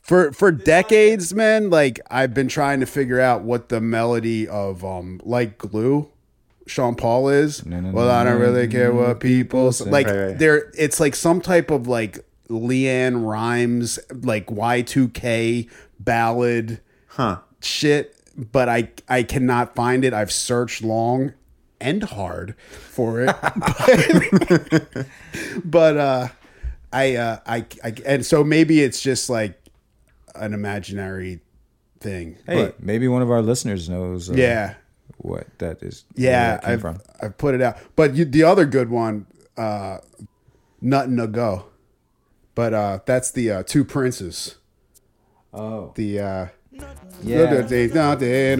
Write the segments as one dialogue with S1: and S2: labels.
S1: for for decades, man. Like I've been trying to figure out what the melody of um like glue. Sean Paul is
S2: No, no,
S1: well.
S2: no,
S1: I don't really care what people say. like.
S2: Right, right.
S1: There, it's like some type of like Leanne Rhymes, like Y two K ballad
S2: Huh.
S1: shit, but I I cannot find it. I've searched long and hard for it, but, but, uh, I, uh, I I and so maybe it's just like an imaginary thing.
S2: Hey,
S1: but,
S2: maybe one of our listeners knows. Uh,
S1: yeah,
S2: What that is. where
S1: yeah,
S2: that came
S1: I've
S2: from.
S1: I've put it out. But you, the other good one, uh, nothing to go. But uh, that's the uh, two princes.
S2: Oh.
S1: The uh,
S2: Yeah.
S1: say nothing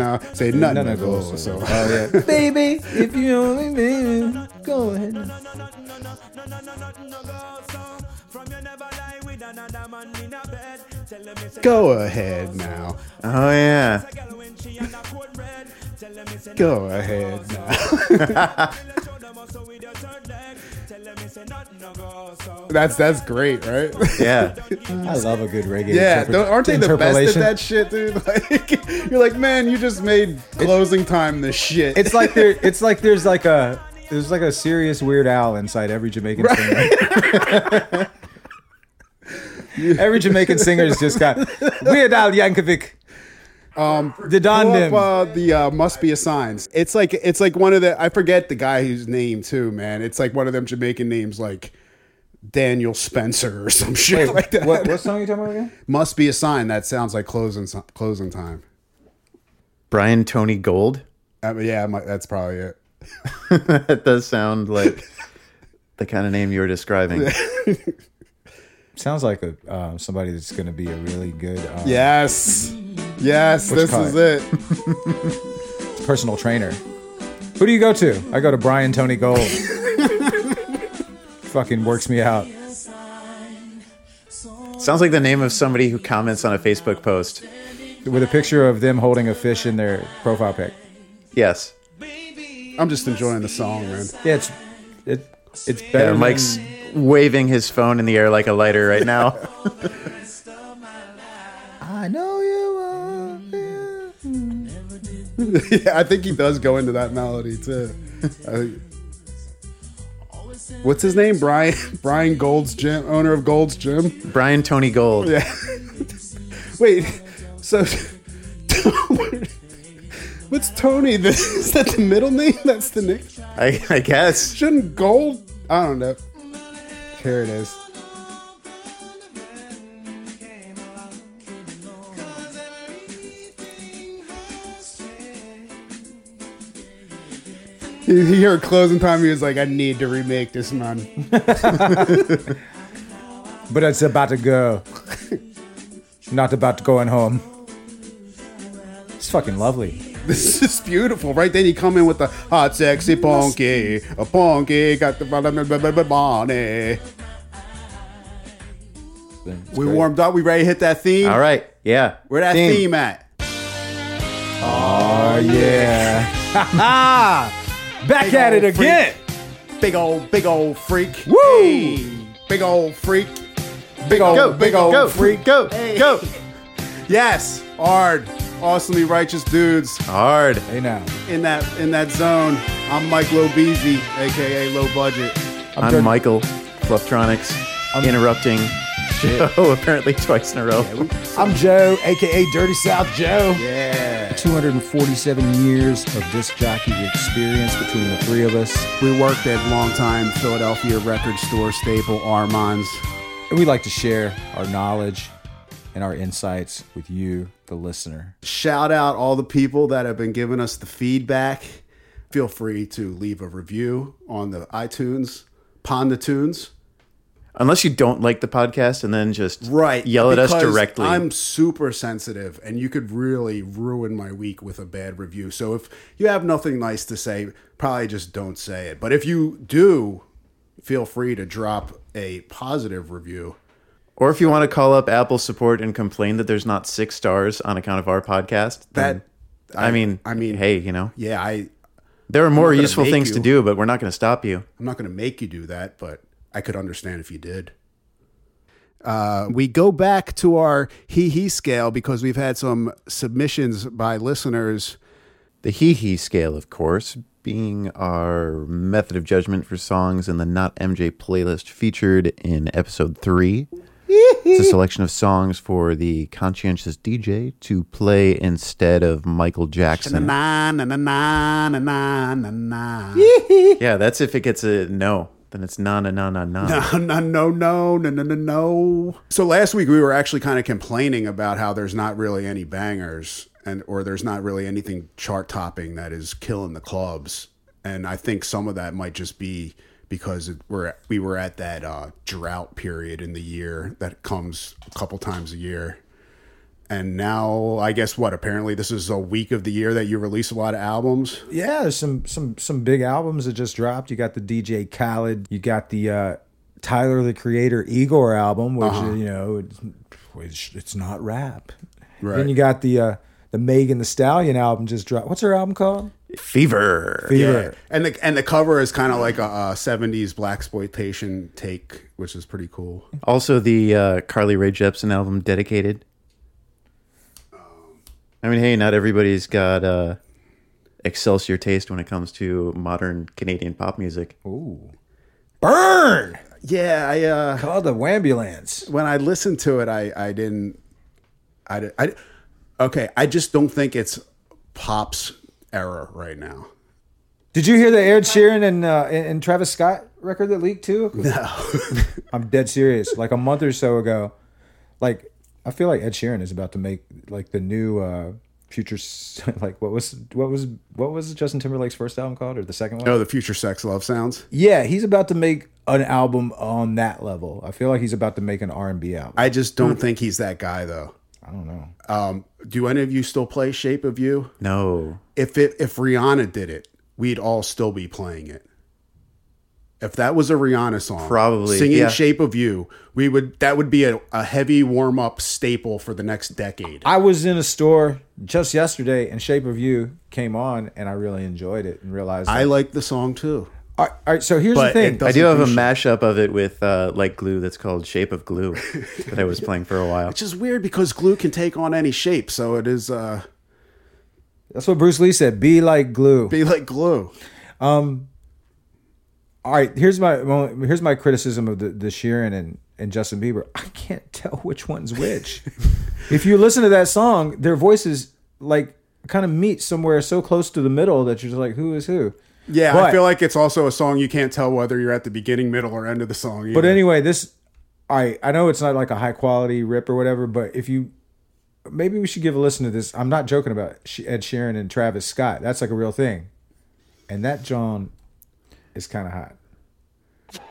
S1: to go. So.
S2: Oh yeah. Baby, if you only knew, go ahead. and-
S1: Go ahead now.
S2: Oh yeah.
S1: Go ahead now. that's that's great, right?
S2: Yeah. I love a good reggae.
S1: Yeah,
S2: interpre-
S1: don't- aren't they the best at
S2: interpolation.
S1: that shit, dude? Like, you're like, man, you just made closing time this shit.
S2: It's like there. It's like there's like a there's like a serious Weird Al inside every Jamaican singer. every Jamaican singer's just got Weird Al Yankovic. Um, the
S1: Pull
S2: Don
S1: up,
S2: Dim.
S1: uh, the uh, must be a signs. It's like it's like one of the I forget the guy whose name too, man. It's like one of them Jamaican names like Daniel Spencer or some shit like that.
S2: what, what song are you talking about again?
S1: Must be a sign. That sounds like closing si- closing time.
S3: Brian Tony Gold.
S1: I mean, yeah, my, that's probably it.
S3: That does sound like the kind of name you were describing.
S2: Sounds like a um, somebody that's going to be a really good uh,
S1: Yes. Yes, this
S2: kind?
S1: is it.
S2: personal trainer. Who do you go to? I go to Brian Tony Gold. Fucking works me out.
S3: Sounds like the name of somebody who comments on a Facebook post.
S2: with a picture of them holding a fish in their profile pic.
S3: Yes. Uh,
S1: I'm just enjoying the song, man.
S2: Yeah, it's it, it's better.
S3: Yeah, Mike's
S2: than-
S3: waving his phone in the air like a lighter right now.
S2: I know you. Are.
S1: yeah, I think he does go into that melody too. I think- What's his name? Brian Brian Gold's Gym, owner of Gold's Gym.
S3: Brian Tony Gold.
S1: Wait, so what's Tony? The, is that the middle name? That's the nick.
S3: I, I guess.
S1: Shouldn't Gold? I don't know. Here it is. You you hear closing time. He was like, "I need to remake this, man."
S2: But it's about to go. Not about going home. It's fucking lovely.
S1: This is beautiful, right? Then you come in with the hot, sexy punky, a punky got the body.
S2: It's
S1: We
S2: great.
S1: warmed up. We ready to hit that theme?
S3: All right. Yeah.
S1: Where that theme, at?
S2: Oh yeah. Back
S1: Big
S2: at it
S1: old freak.
S2: again.
S1: Big old, big old freak.
S2: Woo!
S1: big old freak.
S2: Big old,
S1: Go,
S2: big old
S3: go,
S2: freak.
S3: Go. Go.
S1: Yes, hard, awesomely righteous dudes
S3: Hard.
S2: Hey now,
S1: in that in that zone. I'm Mike Lobezi, aka Low Budget.
S2: I'm,
S3: I'm
S2: Jordan-
S3: Michael Flufftronics interrupting show apparently twice in a row.
S2: I'm Joe, aka Dirty South Joe.
S1: Yeah.
S2: 247 years of disc jockey experience between the three of us.
S1: We worked at longtime Philadelphia record store staple Armand's.
S2: And we like to share our knowledge and our insights with you, the listener.
S1: Shout out all the people that have been giving us the feedback. Feel free to leave a review on the iTunes, Pondatunes.
S3: Unless you don't like the podcast and then just
S1: right
S3: yell at us
S1: because
S3: directly.
S1: i'm super sensitive and you could really ruin my week with a bad review so if you have nothing nice to say probably just don't say it but if you do feel free to drop a positive review
S3: or if you want to call up Apple support and complain that there's not six stars on account of our podcast,
S1: that
S3: then, I, mean,
S1: I mean-
S3: hey, you know,
S1: yeah i
S3: there are more
S1: gonna
S3: useful
S1: make
S3: things
S1: you.
S3: to do, but we're not going to stop you.
S1: i'm not going to make you do that but i could understand if you did Uh, we go back to our he he scale because we've had some submissions by listeners.
S3: The hee hee scale, of course, being our method of judgment for songs in the Not MJ playlist featured in episode three. it's a selection of songs for the conscientious DJ to play instead of Michael Jackson.
S1: Na na na na na na na na.
S3: yeah, that's if it gets a no. Then it's na na na na na.
S1: No, no, no, no, no, no, no, no. So last week we were actually kind of complaining about how there's not really any bangers and or there's not really anything chart topping that is killing the clubs. And I think some of that might just be because it, we're we were at that uh, drought period in the year that comes a couple times a year. And now I guess what apparently this is a week of the year that you release a lot of albums.
S2: Yeah, there's some some some big albums that just dropped. You got the DJ Khaled, you got the uh, Tyler the Creator Igor album, which uh you know, it's, which it's not rap.
S1: Right.
S2: Then you got the uh, the Megan the Stallion album just dropped. What's her album called?
S3: Fever.
S1: Yeah. And the and the cover is kind of like a, uh '70s black exploitation take, which is pretty cool.
S3: Also, the uh, Carly Rae Jepsen album, Dedicated. I mean, hey, not everybody's got uh, Excelsior taste when it comes to modern Canadian pop music.
S2: Burn.
S1: Yeah, I uh,
S2: Called the Wambulance.
S1: when I listened to it, I I didn't, I, di- I okay, I just don't think it's pop's era right now.
S2: Did you hear the Ed Sheeran and uh, and and Travis Scott record that leaked too? No, I'm dead serious. Like a month or so ago, like I feel like Ed Sheeran is about to make like the new uh, future. s- Like what was what was what was Justin Timberlake's first album called or the second one?
S1: Oh, the future sex love sounds.
S2: Yeah, he's about to make an album on that level. I feel like he's about to make an R&B album. I,
S1: I just don't think he's that guy though.
S2: don't know.
S1: Um, do any of you still play Shape of You?
S3: No.
S1: if it if Rihanna did it, we'd all still be playing it. If that was a Rihanna song,
S3: Probably,
S1: singing
S3: yeah.
S1: "Shape of You," we would that would be a, a heavy warm up staple for the next decade.
S2: I was in a store just yesterday and Shape of You came on and I really enjoyed it and realized
S1: I like the song too.
S2: all, right, all right, so here's the
S1: But it
S2: thing.
S1: does-
S3: I do have a
S1: Doesn't
S3: mashup of it with uh, like glue that's called Shape of Glue that I was playing for a while.
S1: Which is weird because glue can take on any shape, so it is uh,
S2: That's what Bruce Lee said. Be like glue.
S1: be like glue.
S2: All right, here's my well, here's my criticism of the, the Sheeran and, and Justin Bieber. I can't tell which one's which. if you listen to that song, their voices like kind of meet somewhere so close to the middle that you're just like, who is who?
S1: Yeah,
S2: but,
S1: I feel like it's also a song you can't tell whether you're at the beginning, middle, or end of the song.
S2: But
S1: either.
S2: anyway, this I I know it's not like a high quality rip or whatever, but if you maybe we should give a listen to this. I'm not joking about Sh- Ed Sheeran and Travis Scott. That's like a real thing, and that John is kind of hot.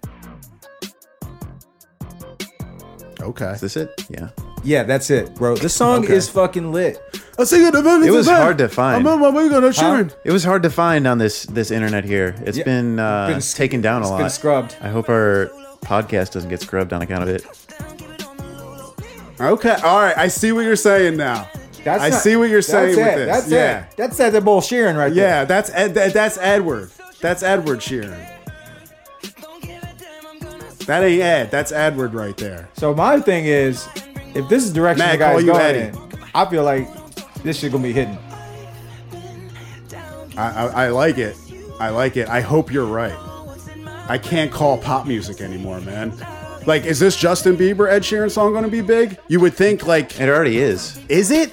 S1: okay,
S3: Is this it? Yeah.
S2: Yeah, that's it, bro. This song is fucking lit.
S1: I sing it. It
S3: was hard to
S1: I'm
S3: find.
S1: on my way to Sharon.
S3: It was hard to find on this this internet here. It's
S2: Yeah.
S3: been, uh,
S2: Been sc-
S3: taken down a
S2: It's
S3: lot.
S2: been scrubbed.
S3: I hope our podcast doesn't get scrubbed on account of it.
S1: Okay, all right. I see what you're saying now.
S2: That's
S1: I
S2: not-
S1: see what you're saying
S2: That's
S1: with
S2: it.
S1: this.
S2: That's
S1: yeah.
S2: it. That's that. The bull Sheeran right there.
S1: Yeah, that's Ed, that- that's Edward. That's Edward Sheeran. That ain't Ed. That's Edward right there.
S2: So my thing is, if this is the direction
S1: Matt,
S2: the guy's
S1: call you
S2: going
S1: Eddie.
S2: in, I feel like this shit gonna be hidden.
S1: I, I, I like it. I like it. I hope you're right. I can't call pop music anymore, man. Like, is this Justin Bieber Ed Sheeran song going to be big? You would think. Like,
S3: It already is.
S1: is it?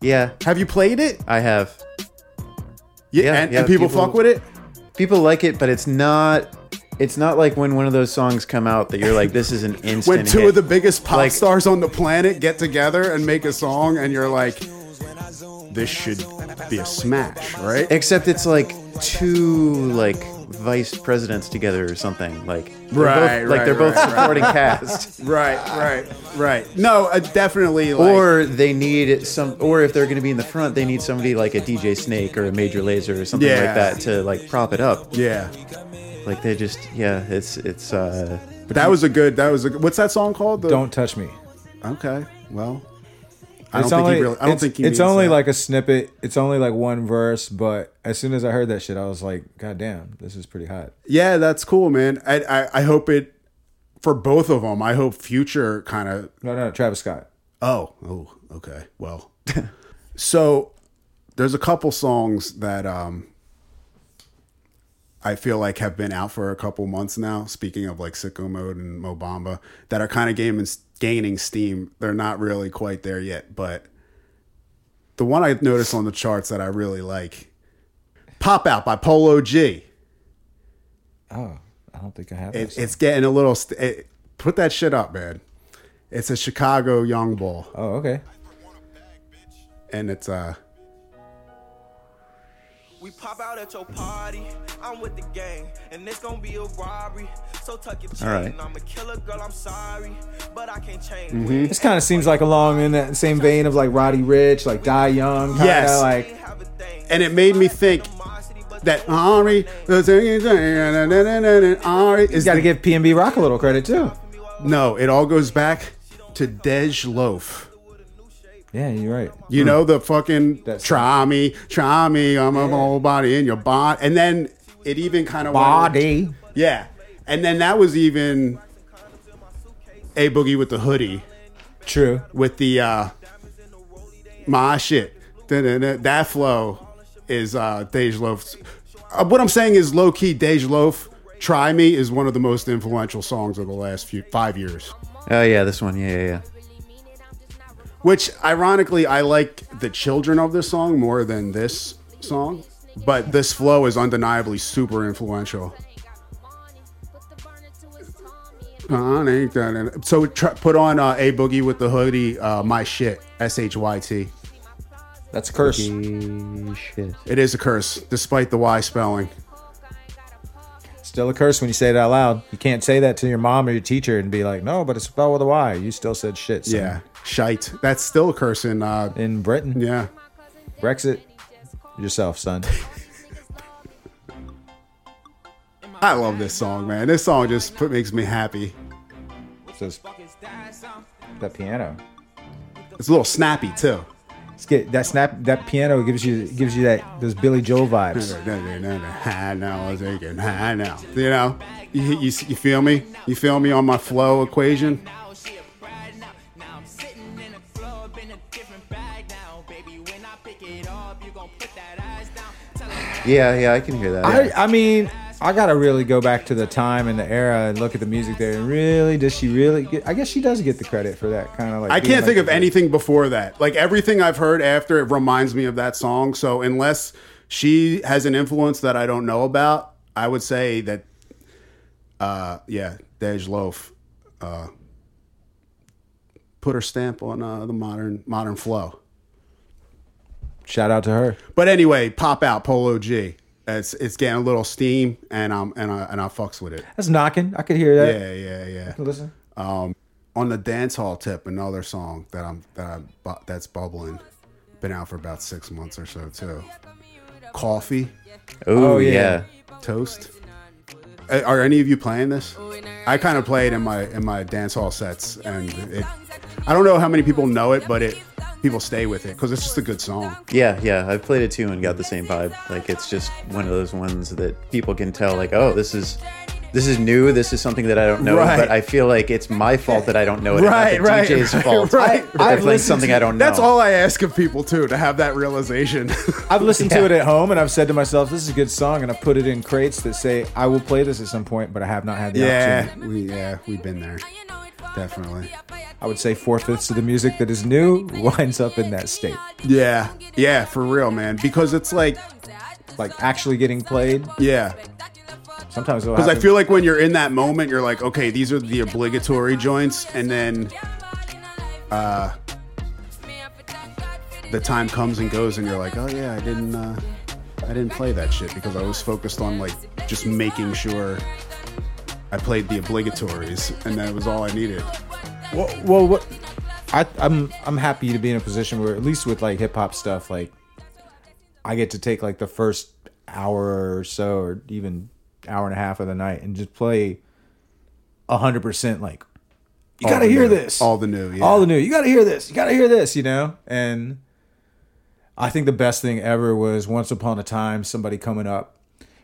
S3: Yeah,
S1: Have you played it?
S3: I have.
S1: Yeah.
S3: Yeah,
S1: and,
S3: yeah,
S1: and people,
S3: people-
S1: fuck with it.
S3: People like it, but it's not. It's not like when one of those songs come out that you're like, this is an instant.
S1: When two
S3: hit.
S1: of the biggest pop
S3: Like-
S1: stars on the planet get together and make a song, and you're like, this should be a smash, right?
S3: Except it's like two like vice presidents together or something. Like they're
S1: Right,
S3: both, like
S1: right,
S3: they're both
S1: right, right.
S3: supporting cast.
S1: Right, right, right. No, uh, definitely. Like,
S3: Or they need some, or if they're going to be in the front, they need somebody like a DJ Snake or a Major Laser or something
S1: Yeah.
S3: like that to like prop it up.
S1: yeah,
S3: Like they just, yeah, it's it's. uh
S1: but that was a good. That was a. What's that song called? The,
S2: Don't touch me.
S1: Okay. Well, I don't
S2: It's
S1: think
S2: only,
S1: he really. I don't
S2: it's,
S1: think he.
S2: it's
S1: means
S2: only
S1: that.
S2: like a snippet. It's only like one verse, but as soon as I heard that shit, I was like, God damn, this is pretty hot.
S1: Yeah, that's cool, man. I I, I hope it for both of them, I hope Future kind of
S2: No, no, Travis Scott.
S1: Oh, oh, okay. Well, so there's a couple songs that um, I feel like have been out for a couple months now. Speaking of like Sicko Mode and Mobamba, that are kind of gaining gaining steam. They're not really quite there yet, but the one I noticed on the charts that I really like, "Pop Out" by Polo G.
S2: Oh, I don't think I have
S1: It,
S2: this.
S1: it's getting a little. St- it, put that shit up, man. It's a Chicago young bull.
S2: oh, okay.
S1: and it's uh
S4: We pop out at your party. I'm with the gang, and it's gonna be a robbery. So tuck your chin.
S3: right.
S4: I'm a killer girl. I'm sorry, but I can't change.
S1: Mm-hmm.
S2: This kind of seems like along in that same vein of like Roddy Rich, like Die Young. Kinda,
S1: Yes.
S2: Like
S1: and it made me think that Ari the thing is- eh, Ari is
S2: you got to
S1: the-
S2: give PNB Rock a little credit too.
S1: no. It all goes back to Dej Loaf.
S2: Yeah, you're right.
S1: You know the fucking
S2: Hmm. That's-
S1: try me, try me. I'm a whole body in your body, and then it even kind of
S2: Body.
S1: Yeah, and then that was even a boogie with the hoodie
S2: True.
S1: with the uh my shit. Da-da-da. That flow is uh Dej Loaf's. Uh, what I'm saying is low key Dej Loaf. Try Me is one of the most influential songs of the last few five years.
S3: Oh yeah, this one. Yeah, yeah, yeah.
S1: Which ironically, I like the children of this song more than this song. But this flow is undeniably super influential. Bonnie, da-da-da. So try, put on uh, a boogie with the hoodie, uh, my shit, S H Y T.
S2: That's a curse.
S3: Eh, Shit.
S1: It is a curse, despite the Y spelling.
S2: Still a curse when you say it out loud. You can't say that to your mom or your teacher and be like, "No, but it's spelled with a Y." You still said shit. son.
S1: Yeah, shite. That's still a curse in. Uh,
S2: In Britain,
S1: yeah,
S2: Brexit yourself, son.
S1: I love this song, man. This song just put, makes me happy.
S2: Says that piano.
S1: It's a little snappy too.
S2: It's get that snap. That piano gives you gives you that those Billy Joel vibes.
S1: I know, I was thinking, I know. You know, you, you, you feel me? You feel me on my flow equation?
S4: Now she a bride now. Now I'm sitting in a club in a different bag now, baby. When I pick it up, you gon' put that eyes down. Tell 'em
S3: Yeah, yeah, I can hear that.
S2: I, I mean, I gotta really go back to the time and the era and look at the music there. And really, does she really? Get, I guess she does get the credit for that kind of like.
S1: I
S2: being
S1: can't
S2: like
S1: think of
S2: the-
S1: anything before that. Like everything I've heard after it reminds me of that song. So unless she has an influence that I don't know about, I would say that uh yeah, Dej Loaf uh put her stamp on uh, the modern modern flow.
S2: Shout out to her.
S1: But anyway, pop out Polo G. It's it's getting a little steam and I'm and I and I fucks with it.
S2: That's knocking. I could hear that.
S1: Yeah, yeah, yeah.
S2: Listen.
S1: on the dance hall tip another song that i'm that i'm bu- that's bubbling been out for about six months or so too coffee
S3: Ooh,
S2: Oh, yeah.
S3: yeah.
S1: toast A- are any of you playing this i kind of play it in my in my dance hall sets and it i don't know how many people know it but it people stay with it because it's just a good song
S3: yeah, yeah, I've played it too and got the same vibe. Like it's just one of those ones that people can tell. Like, oh, this is this is new. This is something that I don't know.
S1: Right.
S3: But I feel like it's my fault that I don't know it. and
S1: Right,
S3: not the
S1: right,
S3: DJ's
S1: right,
S3: fault.
S1: right.
S3: that they're
S2: I've
S3: playing
S2: listened
S3: something I don't know.
S1: that's all i ask of people too to have that realization
S2: I've listened to it at home and I've said to myself, this is a good song. And I put it in crates that say, I will play this at some point, but I have not had the
S1: yeah
S2: opportunity.
S1: we yeah we've been there definitely
S2: I would say four fifths of the music that is new winds up in that state.
S1: yeah yeah for real man because it's like
S2: Like actually getting played.
S1: yeah
S2: Sometimes it'll
S1: Because I
S2: happen.
S1: feel like when you're in that moment, you're like, okay, these are the obligatory joints, and then uh, the time comes and goes, and you're like, oh yeah, I didn't, uh, I didn't play that shit because I was focused on like just making sure I played the obligatories, and that was all I needed.
S2: Well, well what I, I'm I'm happy to be in a position where at least with like hip hop stuff, like I get to take like the first hour or so, or even hour and a half of the night, and just play hundred percent. Like you
S1: All
S2: gotta
S1: the
S2: hear
S1: new-
S2: this,
S1: all the new, yeah.
S2: all the new. You gotta hear this. You gotta hear this. You know, and I think the best thing ever was once upon a time somebody coming up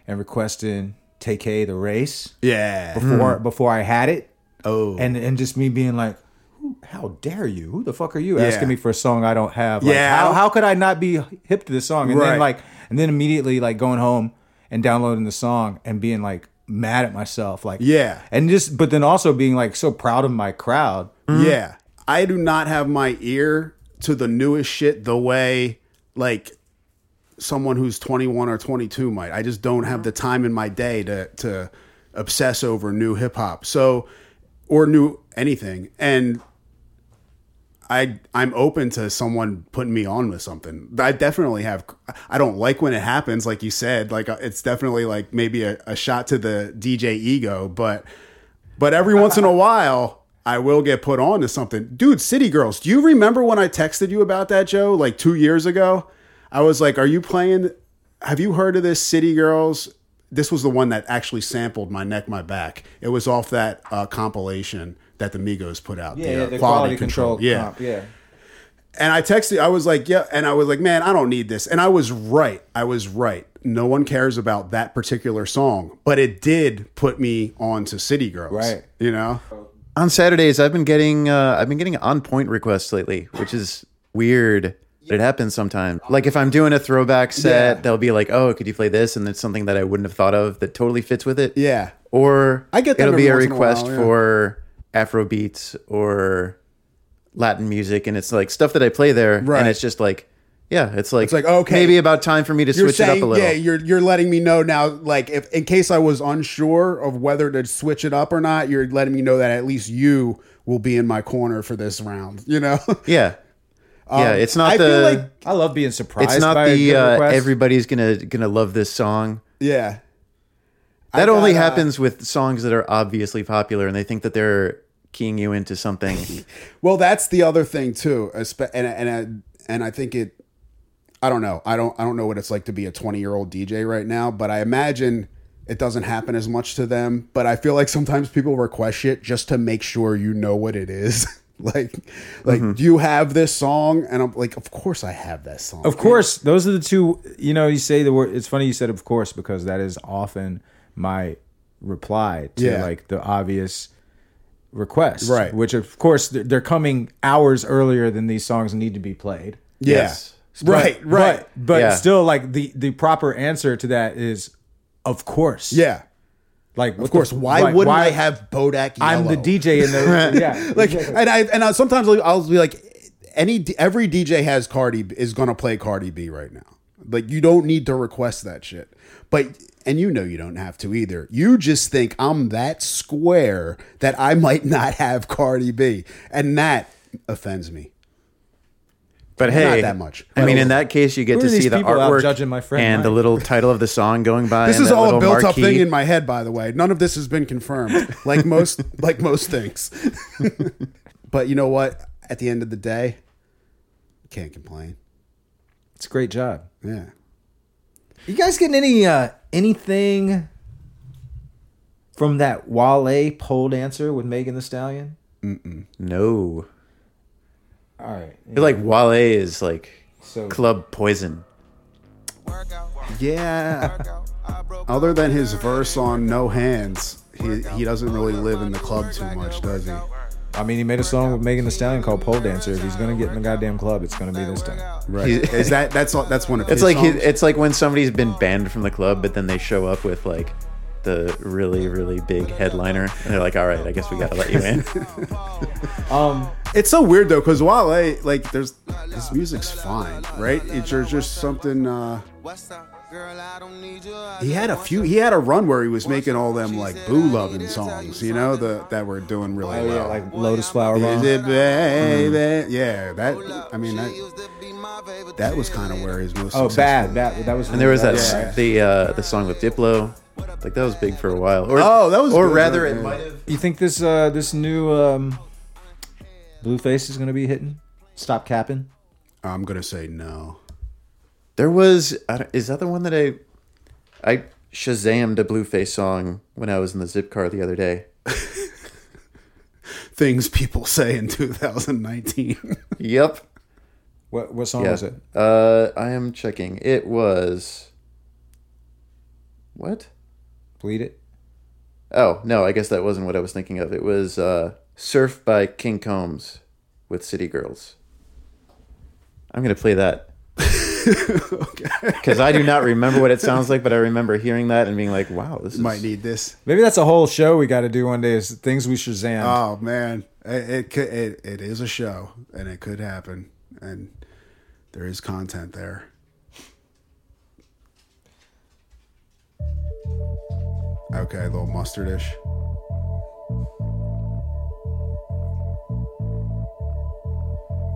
S2: and requesting "Take K the Race"
S1: Yeah,
S2: before before I had it.
S1: Mm. Oh.
S2: and and just me being like, "Who- "How dare you? Who the fuck are you asking
S1: Yeah.
S2: me for a song I don't have? Like,
S1: Yeah.
S2: how how could I not be hip to this song?" And
S1: Right.
S2: then like, and then immediately like going home and downloading the song and being like mad at myself, like
S1: Yeah.
S2: and just but then also being like so proud of my crowd.
S1: Yeah. I do not have my ear to the newest shit the way like someone who's 21 or 22 might. I just don't have the time in my day to to obsess over new hip hop. So or new anything. And I I'm open to someone putting me on with something. I definitely have. I don't like when it happens, like you said. Like uh, it's definitely like maybe a, a shot to the DJ ego, but but every once in a while I will get put on to something. Dude, City Girls. Do you remember when I texted you about that, Joe? Like two years ago, I was like, "Are you playing? Have you heard of this City Girls?" This was the one that actually sampled my neck, my back. It was off that uh, compilation that the Migos put out. uh, Yeah,
S2: yeah.
S1: and I texted, I was like, yeah. And I was like, man, I don't need this. And I was right. I was right. No one cares about that particular song, but it did put me on to City Girls.
S2: Right.
S1: You know?
S3: on Saturdays, I've been getting uh, I've been getting on point requests lately, which is weird. but It happens sometimes. Like if I'm doing a throwback set, they'll be like, "Oh, could you play this?" And it's something that I wouldn't have thought of that totally fits with it.
S1: Yeah.
S3: Or
S1: I get that
S3: it'll be
S1: every once in a
S3: a request
S1: while, yeah.
S3: for Afro beats or Latin music, and it's like stuff that I play there,
S1: Right.
S3: and it's just like, yeah, it's like,
S1: like, okay,
S3: maybe about time for me to
S1: You're
S3: switch
S1: saying,
S3: it up a little.
S1: yeah, you're, you're letting me know now, like, if in case I was unsure of whether to switch it up or not, you're letting me know that at least you will be in my corner for this round, you know?
S3: yeah, yeah. It's not
S1: Um, I
S3: the.
S1: feel like-
S2: I love being surprised.
S3: it's not
S2: by a
S3: the
S2: good
S3: uh,
S2: request.
S3: everybody's gonna gonna love this song.
S1: yeah.
S3: That
S1: I
S3: only
S1: got, uh,
S3: happens with songs that are obviously popular and they think that they're keying you into something.
S1: Well, that's the other thing too, espe- and and and I think it. I don't know. I don't. I don't know what it's like to be a twenty-year-old DJ right now, but I imagine it doesn't happen as much to them. But I feel like sometimes people request shit just to make sure you know what it is. like, like, do you have this song? And I'm like, of course I have that song.
S2: Of course, those are the two. You know, you say the word. It's funny you said "of course" because that is often my reply to
S1: Yeah.
S2: like the obvious request,
S1: Right.
S2: Which of course they're, they're coming hours earlier than these songs need to be played.
S1: Yeah.
S3: Yes.
S1: Right.
S2: But-
S1: right.
S2: But, but
S3: Yeah.
S2: still, like the the proper answer to that is, of course.
S1: yeah.
S2: Like
S1: Of course. Why wouldn't I have Bodak? Yellow?
S2: I'm the DJ in the yeah.
S1: like and I and I, sometimes I'll- I'll be like any every DJ has Cardi B- is gonna play Cardi B right now. Like you don't need to request that shit, but and you know you don't have to either. You just think I'm that square that I might not have Cardi B, and that offends me.
S3: But hey,
S1: that much.
S3: I mean,
S1: But-
S3: in that case, you get
S2: Who
S3: to
S2: are
S3: see
S2: these
S3: the
S2: people out
S3: artwork
S2: judging my friend
S3: and the
S2: Mike?
S3: little title of the song going by.
S1: This
S3: and
S1: is
S3: that
S1: all a
S3: little
S1: built-up
S3: marquee.
S1: thing in my head, by the way. None of this has been confirmed, like most like most things. but you know what? At the end of the day, can't complain.
S2: It's a great job.
S1: Yeah.
S2: You guys getting any uh anything from that Wale pole dancer with Megan the Stallion?
S3: No,
S2: All right.
S3: They're like Wale is like
S2: So-
S3: club poison.
S1: Yeah. Other than his verse on No Hands, he, he doesn't really live in the club too much, does he?
S2: I mean, he made a song with Megan the Stallion called Pole Dancer. If he's gonna get in the goddamn club, it's gonna be this time.
S1: Right. Is that that's all, that's one of
S3: It's
S1: his
S3: like he,
S1: songs?
S3: it's like when somebody's been banned from the club, but then they show up with like the really really big headliner, and they're like, "All right, I guess we gotta let you in."
S2: Um,
S1: it's so weird though, because Wale like there's his music's fine, right? It's just, just something. Uh,
S4: What's up, girl? I don't need you. I
S1: he
S4: just
S1: had a
S4: want
S1: few. He had a run where he was making all them like boo loving songs, you know, the that were doing really
S2: oh yeah,
S1: well.
S2: like Lotus Flower
S1: Is
S2: Bomb.
S1: it
S3: Mm-hmm.
S1: baby? Yeah, that. I mean
S4: She
S1: that.
S4: used to be my favorite
S1: That was kind of where his most.
S2: Oh,
S1: successful-
S2: bad. That that was.
S3: And there was that
S2: was-
S3: the uh, the song with Diplo, like that was big for a while. Or,
S1: Oh, that was
S3: or
S1: good,
S3: rather,
S1: yeah.
S3: it might have.
S2: You think this uh this new um Blueface is gonna be hitting? Stop capping.
S1: I'm gonna say no.
S3: There was I don't- is that the one that I I shazammed a Blueface song when I was in the zip car the other day.
S1: Things people say in 2019.
S3: Yep.
S2: What what song
S3: Yeah.
S2: was it?
S3: Uh, I am checking. It was what?
S2: Bleed it.
S3: Oh, no, I guess that wasn't what I was thinking of. It was uh, Surf by King Combs with City Girls. I'm going to play that. Because I do not remember what it sounds like, but I remember hearing that and being like, wow, this is.
S1: Might need this.
S2: Maybe that's a whole show we got to do one day is things we Shazam.
S3: Uh,
S1: Oh man, it it, could, it it is a show, and it could happen, and there is content there. Okay, a little mustardish.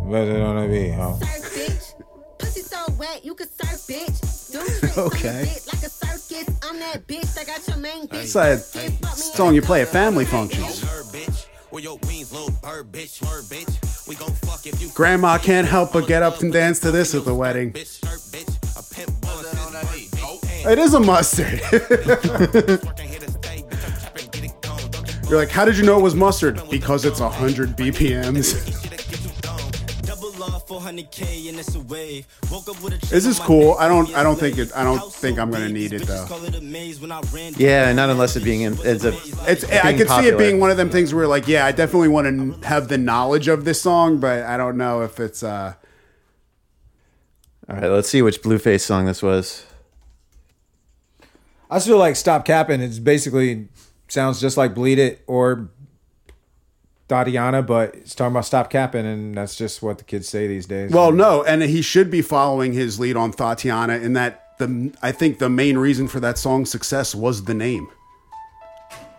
S2: But it don't be. Oh.
S5: surf, bitch. Pussy so wet, you could surf, bitch. Doom tricks on
S1: Okay.
S5: the dick like a circus. I'm that bitch that got your main bitch.
S1: It's like
S5: Kiss,
S1: a
S5: fuck me
S1: song you play at family functions.
S6: Her bitch, where your wings, little bird bitch, her bitch. We gon' fuck if you.
S1: Grandma can't help but get up and dance to this at the wedding.
S6: Bitch, her bitch, a pimp was on that beat. Oh,
S1: It is a mustard.
S6: working here to stay, bitch. I'm trapping, get it gone. Don't you
S1: You're like, how did you know it was mustard? Because it's hundred BPMs.
S6: shit that get you gone. Double off 400k and it's a wave. Woke up with a
S1: This is cool. I don't. I don't think it. I don't think I'm gonna need it though.
S3: Yeah, not unless it being in, ends up.
S1: It's. I
S3: being
S1: could see it
S3: popular.
S1: being one of them things where, like, yeah, I definitely want to have the knowledge of this song, but I don't know if it's. uh
S3: All right, let's see which Blueface song this was.
S2: I just feel like Stop Capping It's basically sounds just like Bleed It or Dadiana, but it's talking about Stop Capping, and that's just what the kids say these days.
S1: Well, no, and he should be following his lead on Tatiana in that the. I think the main reason for that song's success was the name.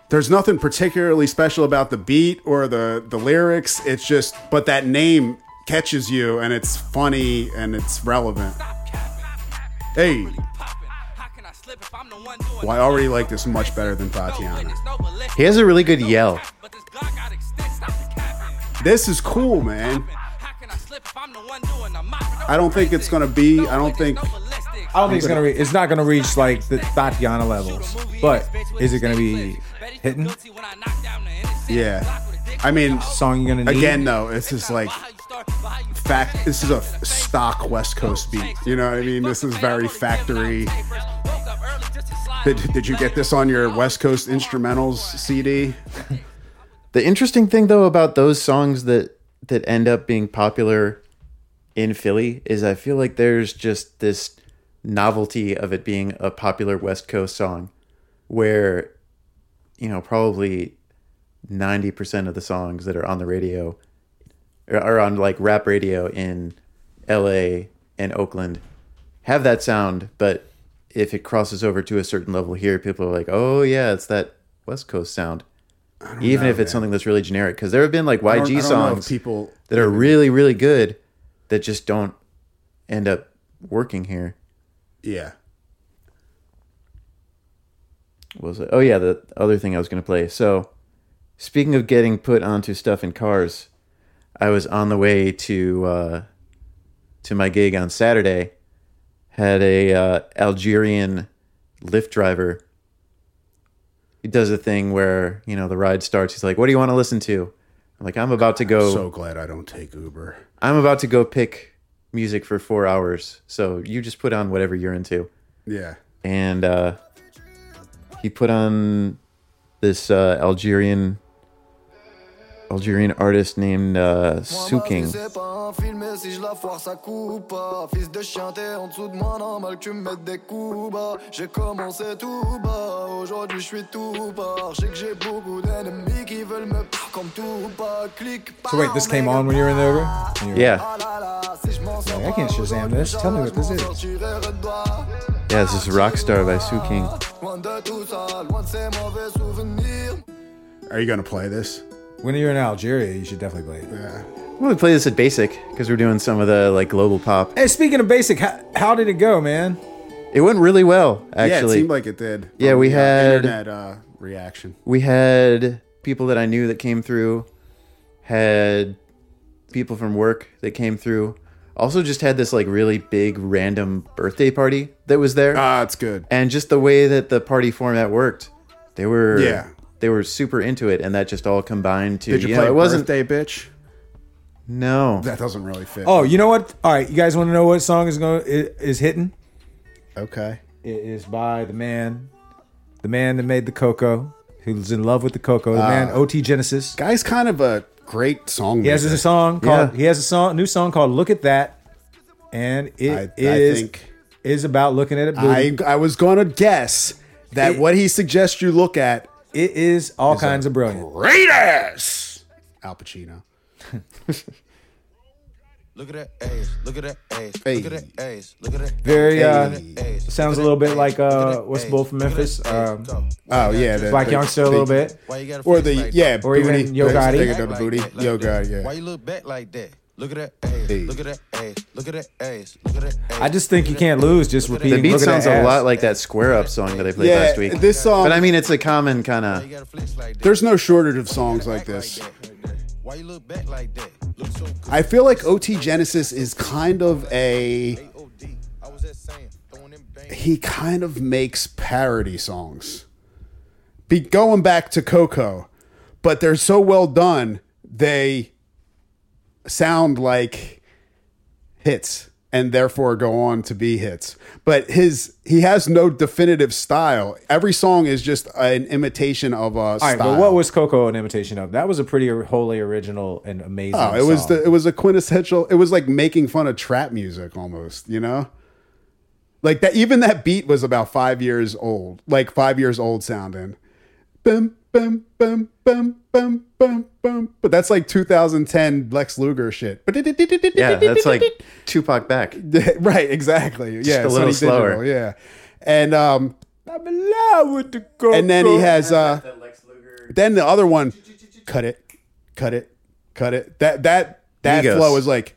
S1: There's nothing particularly special about the beat or the the lyrics. It's just, but that name catches you, and it's funny and it's relevant. Hey, Well, I already like this much better than Tatiana.
S3: He has a really good yell.
S1: This is cool, man. I don't think it's gonna be. I don't think.
S2: I don't think it's gonna. Re- it's not gonna reach like the Tatiana levels, but is it gonna be hitting?
S1: Yeah. I mean,
S2: Song you're gonna need?
S1: again though, this is like fact. This is a f- stock West Coast beat. You know what I mean? This is very factory. Did, did you get this on your West Coast instrumentals CD?
S3: The interesting thing though about those songs that that end up being popular in Philly is I feel like there's just this novelty of it being a popular West Coast song where you know probably 90% of the songs that are on the radio or are on like rap radio in LA and Oakland have that sound but if it crosses over to a certain level here people are like oh yeah it's that West Coast sound even if it's something that's really generic because there have been like YG
S1: don't- I don't know if
S3: songs
S1: people-
S3: that are really really good that just don't end up working here
S1: Yeah.
S3: What was it? Oh yeah, the other thing I was gonna play. So, speaking of getting put onto stuff in cars, I was on the way to uh, to my gig on Saturday. Had a uh, Algerian Lyft driver. He does a thing where you know the ride starts. He's like, "What do you want to listen to?" I'm like, "I'm about to go.
S1: So glad I don't take Uber.
S3: I'm about to go pick music for four hours. So you just put on whatever you're into."
S1: Yeah.
S3: and uh, he put on this uh, Algerian Algerian artist named uh, Souking.
S7: C'est pas un film et si je la foire ça coupe pas Fils de chien t'es en dessous de moi normal que tu me mettes des coups bas J'ai commencé tout bas Aujourd'hui je suis tout bas Je sais que j'ai beaucoup d'ennemis qui veulent me p- comme tout pas Clic
S2: So wait, this came on when you were in the Uber? When
S7: Ah
S2: you were-
S3: Yeah,
S2: Like, I can't Shazam this. Tell me what this is.
S3: yeah, this is Rockstar by Souking.
S7: Loin de tout ça, loin de ces mauvais souvenirs
S1: Are you gonna play this?
S2: When you're in Algeria, you should definitely play it.
S3: I'm gonna play this at basic because we're doing some of the like global pop.
S2: Hey, speaking of basic, how, how did it go, man?
S3: It went really well,
S1: yeah, it
S3: actually.
S1: seemed like it did.
S3: Yeah,
S1: Um,
S3: we had-
S1: internet uh, reaction.
S3: we had people that I knew that came through, had people from work that came through. Also, just had this like really big random birthday party that was there.
S1: Ah, it's good.
S3: and just the way that the party format worked, they were
S1: Yeah.
S3: they were super into it, and that just all combined to
S1: Did you,
S3: know,
S1: play
S3: it wasn't
S1: birthday bitch?
S3: no
S1: That doesn't really fit.
S2: Oh, you know what? All right, you guys want to know what song is going is hitting?
S1: okay.
S2: It is by the man, the man that made the cocoa. who's in love with the Coco, the
S1: Ah.
S2: man OT Genesis.
S1: Guy's kind of a great songmaker.
S2: He has a song called
S3: Yeah.
S2: he has a song new song called "Look at That," and it is
S1: I- I think-
S2: is about looking at it. Blue.
S1: I I was gonna guess that
S2: Um, It-
S1: what he suggests you look at
S2: it is all kinds of brilliant.
S1: great ass Al Pacino.
S8: Look at that ass. Look at that ass.
S1: Hey.
S8: Look at that ass. Look at that.
S2: Very, uh,
S8: ass, look at that ass,
S2: sounds a
S8: look at
S2: little bit
S8: that
S2: like,
S8: ass, look
S2: uh,
S8: at
S2: what's
S8: that
S2: Bull
S8: ass,
S2: from
S8: look at
S2: Memphis?
S8: that ass,
S2: Um,
S8: go. Why
S1: Oh
S8: you
S1: yeah,
S8: gotta
S1: the-
S8: dress
S2: Black
S1: the-
S2: Youngster a little
S1: the-
S2: bit.
S8: Why you got
S1: or the yeah,
S2: Or even
S1: booty,
S2: Yo
S1: They-
S2: Gotti.
S1: they got the booty, Yo Gotti, yeah.
S8: Why you look back like that? Look at that ass.
S1: Hey.
S8: Look at that ass. Look at that ass. Look at that ass.
S2: I just think you can't lose just
S3: The
S2: repeating.
S3: beat
S2: "Look at that
S3: sounds a
S2: ass."
S3: lot like that Square Up song that I played
S1: Yeah,
S3: last week.
S1: this song.
S3: But I mean, it's a common kind
S8: You
S3: of.
S8: gotta flex like that.
S1: there's no shortage of songs
S8: Look
S1: like
S8: at that ass
S1: this.
S8: that. Why you look back like that? Look so cool.
S1: I feel like OT Genesis is kind of a
S8: AOD. I was just saying, throwing them bangs.
S1: he kind of makes parody songs. Be going back to Coco, but they're so well done they sound like hits and therefore go on to be hits. But his he has no definitive style. Every song is just an imitation of a
S2: All right,
S1: style.
S2: but what was Coco an imitation of? That was a pretty wholly original and amazing.
S1: Oh, it was
S2: song.
S1: the it was a quintessential. It was like making fun of trap music almost, you know. Like that, even that beat was about five years old, like five years old sounding. Bum, bum, bum, bum, bum, bum, bum. But that's like 2010 Lex Luger shit.
S3: Yeah, that's like Tupac back.
S1: right, exactly. Yeah,
S3: a
S1: Sony
S3: little
S1: Digital,
S3: slower.
S1: Yeah, and um,
S2: I'm in love with the Coco.
S1: and then he has uh, then the other one, cut it, cut it, cut it. That that that
S3: Migos.
S1: flow is like,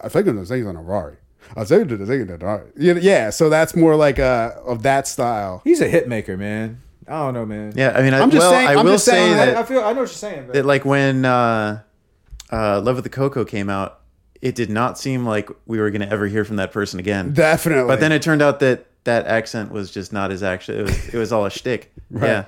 S1: I think of the things on a Rari. I think of the things on a Rari. You know, Yeah, so that's more like uh of that style.
S2: He's a hit maker, man. I don't know, man.
S3: Yeah, I mean, I,
S1: I'm just
S3: well,
S1: saying-
S3: I
S1: I'm
S3: will
S1: just
S3: say
S1: saying-
S3: that,
S2: I, I feel I know what you're saying. But
S3: that, like, when uh, uh, Love of the Coco came out, it did not seem like we were going to ever hear from that person again.
S1: Definitely.
S3: But then it turned out that that accent was just not his actual. It was, it was all a shtick. Yeah.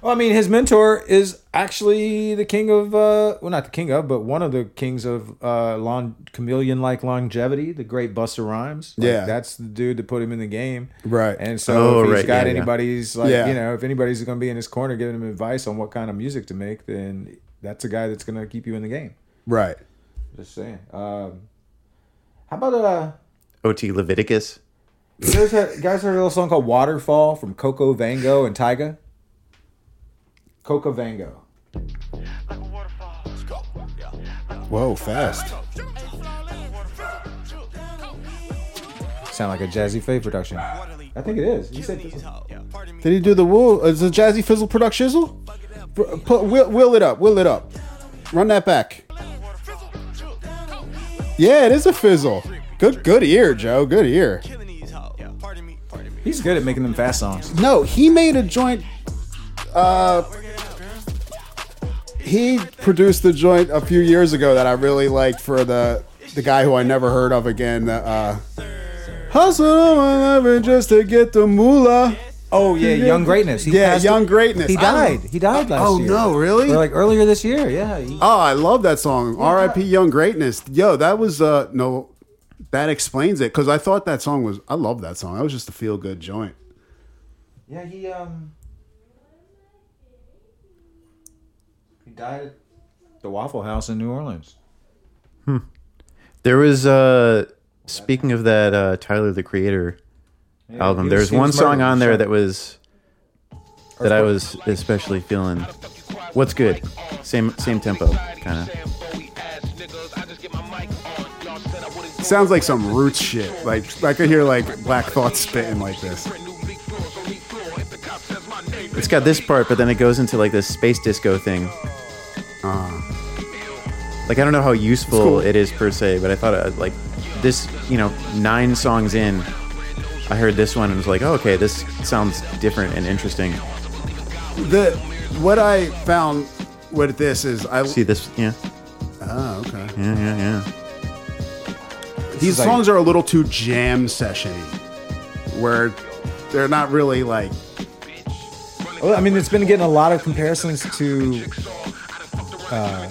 S2: Well, I mean, his mentor is actually the king of, uh, well, not the king of, but one of the kings of uh, long, chameleon-like longevity, the great Buster Rhymes. Like,
S1: Yeah.
S2: that's the dude that put him in the game,
S1: Right.
S2: And so
S3: Oh,
S2: if he's
S3: right,
S2: got
S3: yeah, yeah.
S2: anybody's, like,
S1: Yeah.
S2: you know, if anybody's going to be in his corner giving him advice on what kind of music to make, then that's a guy that's going to keep you in the game.
S1: right.
S2: Just saying. Um, how about uh,
S3: OT Leviticus.
S2: you guys heard, you guys heard a little song called "Waterfall" from Coco Vango and Tyga? Coco Vango.
S1: Whoa, fast.
S2: Sound like a Jazzy Faye production. I think it is. You said
S1: Did he do the woo? Is it Jazzy Fizzle Product Shizzle? Br- Put, wheel, wheel it up. Wheel it up. Run that back. Yeah, it is a fizzle. Good, good ear, Joe. Good ear.
S2: he's good at making them fast songs.
S1: No, he made a joint. Uh, he produced the joint a few years ago that I really liked for the the guy who I never heard of again. the, Uh, Hustle on my living just to get the moolah.
S2: Oh yeah, Young Greatness. He
S1: Yeah,
S2: passed-
S1: Young Greatness.
S2: He died. He died last
S1: Oh,
S2: year.
S1: no, really?
S2: Or, like earlier this year. Yeah. He-
S1: Oh, I love that song. R.I.P. Young Greatness. Yo, that was uh no, that explains it because I thought that song was. I love that song. That was just a feel good joint.
S2: yeah. He um. He died at the Waffle House in New Orleans.
S3: There was uh speaking of that uh Tyler the Creator album,
S2: he
S3: there
S2: was-
S3: was
S2: he
S3: one
S2: was
S3: song
S2: murdered,
S3: on there
S2: so-
S3: that was that I was especially feeling what's good. Same same tempo kind of.
S1: Sounds like some roots shit. Like I could hear like Black Thought spitting like this.
S3: It's got this part but then it goes into like this space disco thing. Ah. Like I don't know how useful
S1: cool.
S3: it is per se, but I thought uh, like this, you know, 9 songs in I heard this one and was like, oh, okay, this sounds different and interesting.
S1: the what I found with this is I
S3: See this? Yeah,
S1: oh okay
S3: yeah, yeah, yeah.
S1: these
S2: is like-
S1: songs are a little too jam sessiony where they're not really like
S2: Well, I mean, it's been getting a lot of comparisons to. Uh,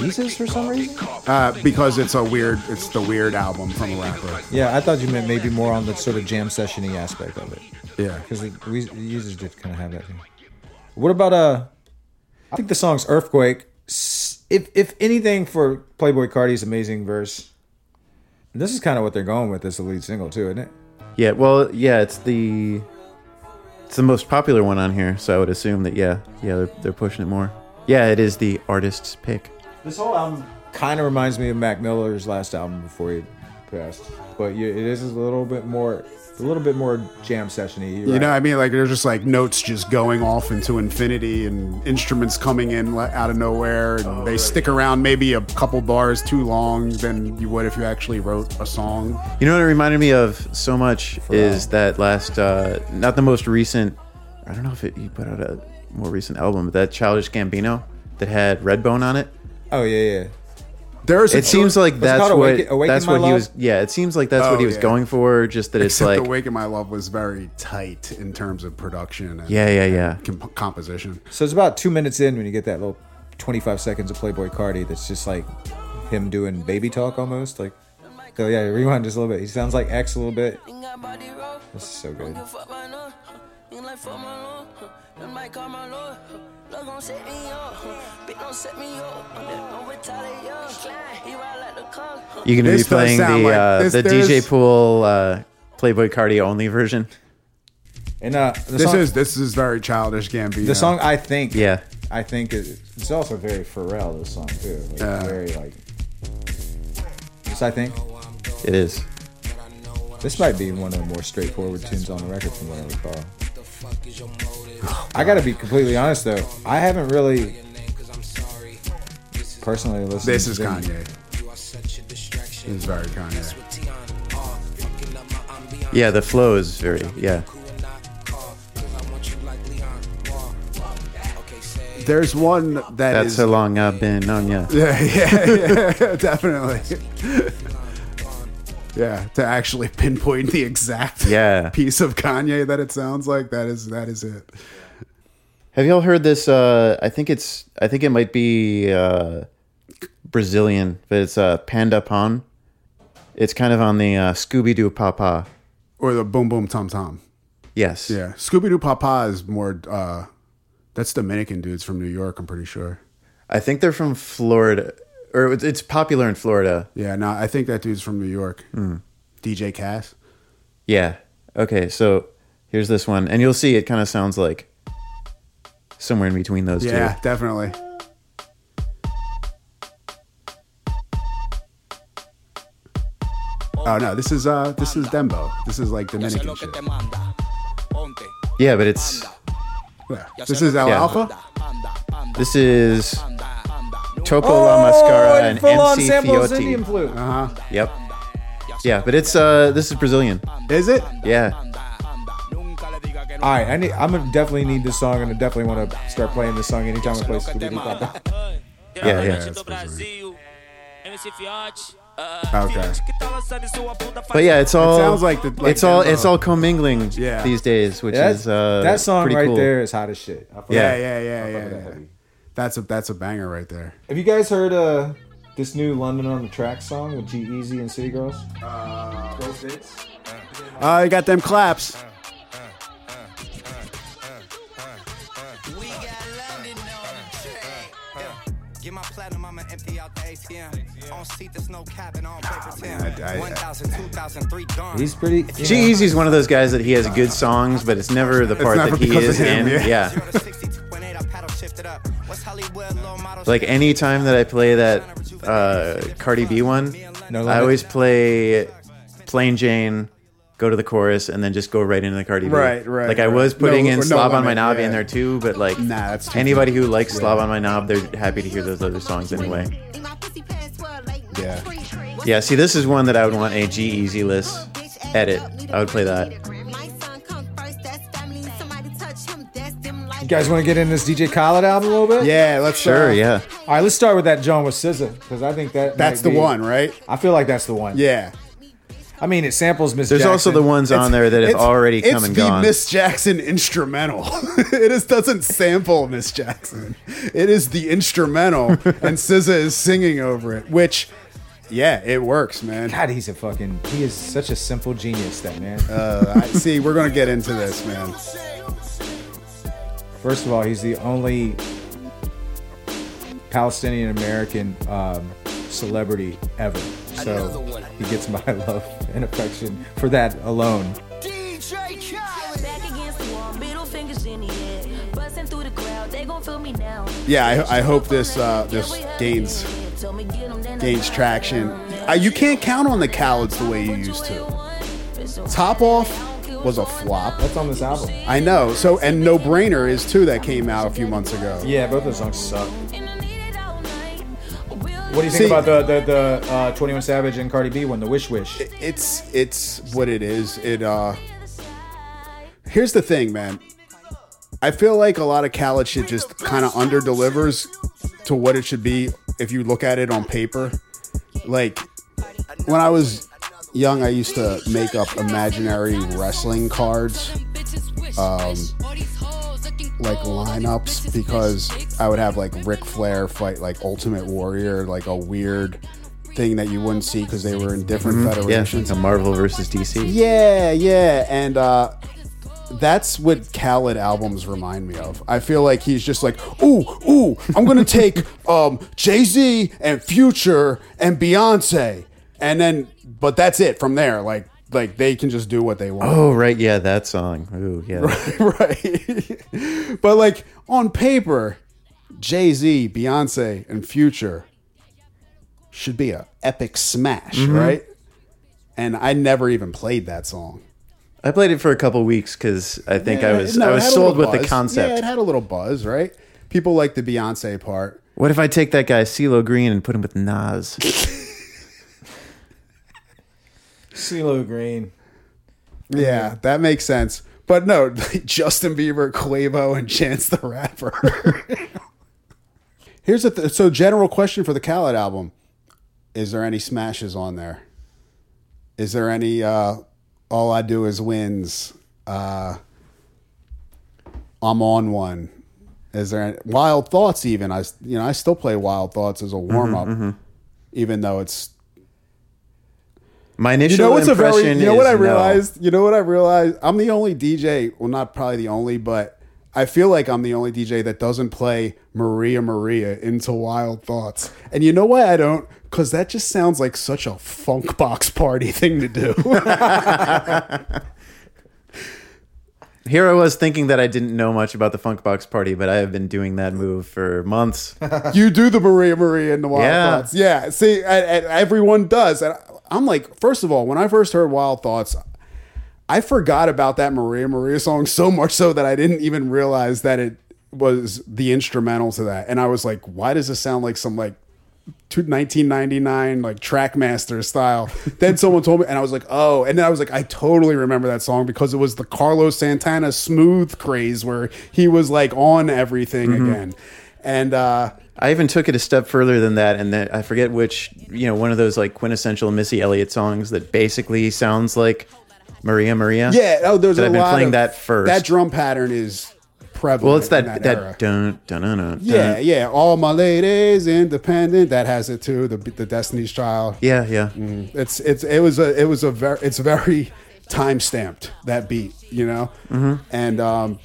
S2: Mises for some reason.
S1: uh, because it's a weird it's the weird album from a rapper
S2: Yeah, I thought you meant maybe more on the sort of jam sessiony aspect of it.
S1: yeah
S2: Because we users did kind of have that thing. What about uh? I think the song's "Earthquake." S- If if anything for Playboy Cardi's amazing verse, and this is kind of what they're going with as the lead single too, isn't it?
S3: Yeah, well, yeah, it's the it's the most popular one on here, so I would assume that yeah, yeah, they're they're pushing it more. Yeah, it is the artist's pick.
S2: This whole album kind of reminds me of Mac Miller's last album before he passed, but yeah, it is a little bit more, a little bit more jam sessiony.
S1: You know what I mean? Like there's just like notes just going off into infinity and instruments coming in like, out of nowhere. And
S3: Oh,
S1: they stick around maybe a couple bars too long than you would if you actually wrote a song.
S3: You know what it reminded me of so much is that last, uh, not the most recent. I don't know if it, he put out a more recent album, but that Childish Gambino that had Redbone on it.
S2: Oh yeah, yeah.
S1: There's
S3: It seems like that's
S2: called?
S3: what
S2: Awaken- Awaken
S3: that's
S2: My
S3: what he
S2: Love?
S3: was. Yeah, it seems like that's
S1: Oh,
S3: what he was
S1: yeah.
S3: going for. Just that it's
S1: Except
S3: like,
S1: the Wake of My Love was very tight in terms of production and
S3: yeah, yeah, yeah.
S1: comp- composition.
S2: So it's about two minutes in when you get that little 25 seconds of Playboy Cardi that's just like him doing baby talk almost. Like, so yeah, rewind just a little bit. He sounds like X a little bit. This is so good.
S3: You're gonna
S1: This
S3: be
S1: does
S3: playing the
S1: sound like-
S3: uh,
S1: this-
S3: the
S1: there's-
S3: DJ Pool uh, Playboy Cardi only version.
S2: And uh, the
S1: This
S2: song,
S1: is this is very childish Gambino.
S2: the song. I think.
S3: Yeah.
S2: I think it, it's also very Pharrell. This song too. Like,
S1: Yeah.
S2: Very like. This I think
S3: It is.
S2: this might be one of the more straightforward tunes on the record, from what I recall. I gotta be completely honest though. I haven't really personally listened.
S1: This is
S2: to them.
S1: Kanye. It's very Kanye.
S3: Yeah, the flow is very yeah.
S1: There's one that
S3: That's
S1: is-
S3: how long I've been on ya.
S1: Yeah, yeah, yeah, definitely. yeah, to actually pinpoint the exact
S3: Yeah.
S1: piece of Kanye that it sounds like that is that is it.
S3: Have y'all heard this? Uh, I think it's I think it might be uh, Brazilian, but it's uh, Panda Pon. It's kind of on the uh, Scooby Doo Papa.
S1: Or the boom boom tom tom.
S3: Yes.
S1: Yeah, Scooby Doo Papa is more. uh That's Dominican dudes from New York. I'm pretty sure.
S3: I think they're from Florida, or it's- it's popular in Florida.
S1: Yeah, no, I think that dude's from New York.
S3: Hmm.
S1: DJ Cass.
S3: Yeah. Okay. So here's this one, and you'll see it kind of sounds like somewhere in between those
S1: Yeah,
S3: two.
S1: definitely. Oh no, this is uh this is Dembo. This is like Dominican shit.
S3: Yeah, but it's
S1: Yeah. This is El
S3: Yeah.
S1: Alpha?
S3: this is Topo La
S1: Oh,
S3: Mascara and MC Fiotti.
S2: Indian flute.
S3: Yep. Yeah, but it's uh this is Brazilian.
S1: Is it?
S3: Yeah.
S2: All right, I need. I'm gonna definitely need this song, and I definitely want to start playing this song anytime I play Scooby Doo Pop.
S3: Yeah, yeah.
S1: Okay.
S3: But yeah, it's all
S1: sounds like the- like
S3: it's all
S1: Dembo.
S3: it's all commingling
S1: Yeah.
S3: these days, which
S2: That's,
S3: is uh
S2: that song
S3: pretty
S2: right
S3: cool.
S2: there is hot as shit. I fuck with
S1: Yeah,
S2: that.
S1: yeah, yeah,
S2: I fuck
S1: yeah.
S2: with that
S1: yeah.
S2: heavy.
S1: That's a that's a banger right there.
S2: Have you guys heard uh this new London on the Track song with G Easy and City Girls?
S1: Uh, Oh, you got them claps.
S6: We got London on the track. Get my platinum, I'ma empty out the ATM. On seat, there's no cap and on paper
S1: man, I- I-
S6: 10. 1,000, 2,000, 3 gone.
S2: He's pretty. you know,
S3: G Eazy's one of those guys that he has good songs, but it's never the part
S1: never
S3: that he
S1: because of
S3: is
S1: him,
S3: in.
S1: yeah.
S3: Yeah.
S6: Zero to 60, 2.8, I paddle shifted up. What's Hollywood, little model
S3: Like
S6: shit?
S3: any time that I play that uh Cardi B one,
S2: No
S3: I
S2: Limit.
S3: always play Plain Jane, go to the chorus, and then just go right into the Cardi B.
S1: Right, right,
S3: Like I
S1: right.
S3: was putting
S1: No-
S3: in
S1: no
S3: Slob on My
S1: Limit,
S3: Knob
S1: yeah.
S3: in there too, but like
S1: Nah, that's too
S3: anybody who likes Slob on My Knob, they're happy to hear those other songs anyway.
S1: Yeah.
S3: Yeah, see, this is one that I would want a G Easy list edit. I would play that.
S2: You guys want to get in this DJ Khaled album a little bit?
S1: Yeah, let's
S3: Sure,
S1: uh,
S3: yeah.
S2: All right, let's start with that John with SZA because I think that
S1: That's
S2: might
S1: the
S2: be-
S1: one, right?
S2: I feel like that's the one.
S1: Yeah.
S2: I mean, it samples Miss.
S3: There's
S2: Jackson.
S3: also the ones on there that have
S1: It's-
S3: already come
S1: it's
S3: and
S1: the
S3: gone.
S1: Miss Jackson instrumental. it is doesn't sample Miss Jackson. It is the instrumental, and SZA is singing over it. Which, yeah, it works, man.
S2: God, he's a fucking. He is such a simple genius. That man.
S1: Uh, I, see, we're gonna get into this, man.
S2: First of all, he's the only Palestinian American um, celebrity ever. So he gets my love and affection for that alone.
S9: Back against the wall, middle fingers in the air. Busting through the crowd, they gon' feel me now.
S1: Yeah, I, I hope this uh, this gains gains traction. Uh, you can't count on the Cowards the way you used to. Top off was a flop.
S2: That's on this album.
S1: I know. So and No Brainer is too that came out a few months ago.
S2: Yeah, both those songs suck. What do you
S1: See-
S2: think about the the, the uh, Twenty One Savage and Cardi B one, the Wish Wish?
S1: It's it's what it is. It uh Here's the thing, man. I feel like a lot of Khaled shit just kind of under delivers to what it should be if you look at it on paper. Like when I was young, I used to make up imaginary wrestling cards
S10: Um,
S1: like lineups because I would have like Ric Flair fight like Ultimate Warrior, like a weird thing that you wouldn't see because they were in different
S3: Mm-hmm. Yeah,
S1: federations.
S3: like a Marvel versus DC.
S1: Yeah, yeah, and uh, that's what Khaled albums remind me of. I feel like he's just like, ooh, ooh, I'm gonna take um, Jay Z and Future and Beyonce, and then, but that's it from there. Like, like they can just do what they want.
S3: Oh right, yeah, that song. Ooh, yeah.
S1: right? but like on paper, Jay Z, Beyonce, and Future should be a epic smash, right? And I never even played that song.
S3: I played it for a couple weeks because I think I
S1: Yeah,
S3: was
S1: no,
S3: I
S1: it
S3: was
S1: had a
S3: sold with
S1: little
S3: the
S1: buzz. Yeah,
S3: concept.
S1: it had a little buzz, right? People like the Beyonce part.
S3: what if I take that guy CeeLo Green and put him with Nas?
S2: CeeLo Green.
S1: Yeah, that makes sense. But no, like Justin Bieber, Quavo, and Chance the Rapper. Here's a th- so general question for the Khaled album: Is there any smashes on there? Is there any uh, "All I Do Is Wins"? Uh, I'm on one. Is there any, Wild Thoughts? Even I, s- you know, I still play Wild Thoughts as a warm up, even though it's
S3: My initial
S1: you know what's a
S3: impression
S1: very you know
S3: is
S1: what I
S3: no.
S1: realized you know what I realized I'm the only DJ well not probably the only but I feel like I'm the only DJ that doesn't play Maria Maria into Wild Thoughts and you know why I don't because that just sounds like such a funk box party thing to do
S3: Here I was thinking that I didn't know much about the Funkbox party, but I have been doing that move for months.
S1: you do the Maria Maria and the Wild
S3: Yeah.
S1: Thoughts yeah see I, I, everyone does and I'm like first of all when I first heard Wild Thoughts. I forgot about that Maria Maria song so much so that I didn't even realize that it was the instrumental to that. And I was like, why does this sound like some like two- 1999 like Trackmaster style? then someone told me, and I was like, oh. And then I was like, I totally remember that song because it was the Carlos Santana smooth craze where he was like on everything again. And uh,
S3: I even took it a step further than that, and then I forget which, you know, one of those like quintessential Missy Elliott songs that basically sounds like Maria Maria.
S1: yeah, oh, there's
S3: That
S1: a
S3: I've been
S1: lot
S3: playing
S1: of-
S3: that first.
S1: That drum pattern is prevalent.
S3: Well, it's
S1: in
S3: that uh,
S1: era.
S3: that dun dun dun dun.
S1: Yeah, yeah. All my ladies, independent. That has it too. The the Destiny's Child.
S3: yeah, yeah.
S1: It's it's it was a it was a very it's very time stamped that beat. You know, and um,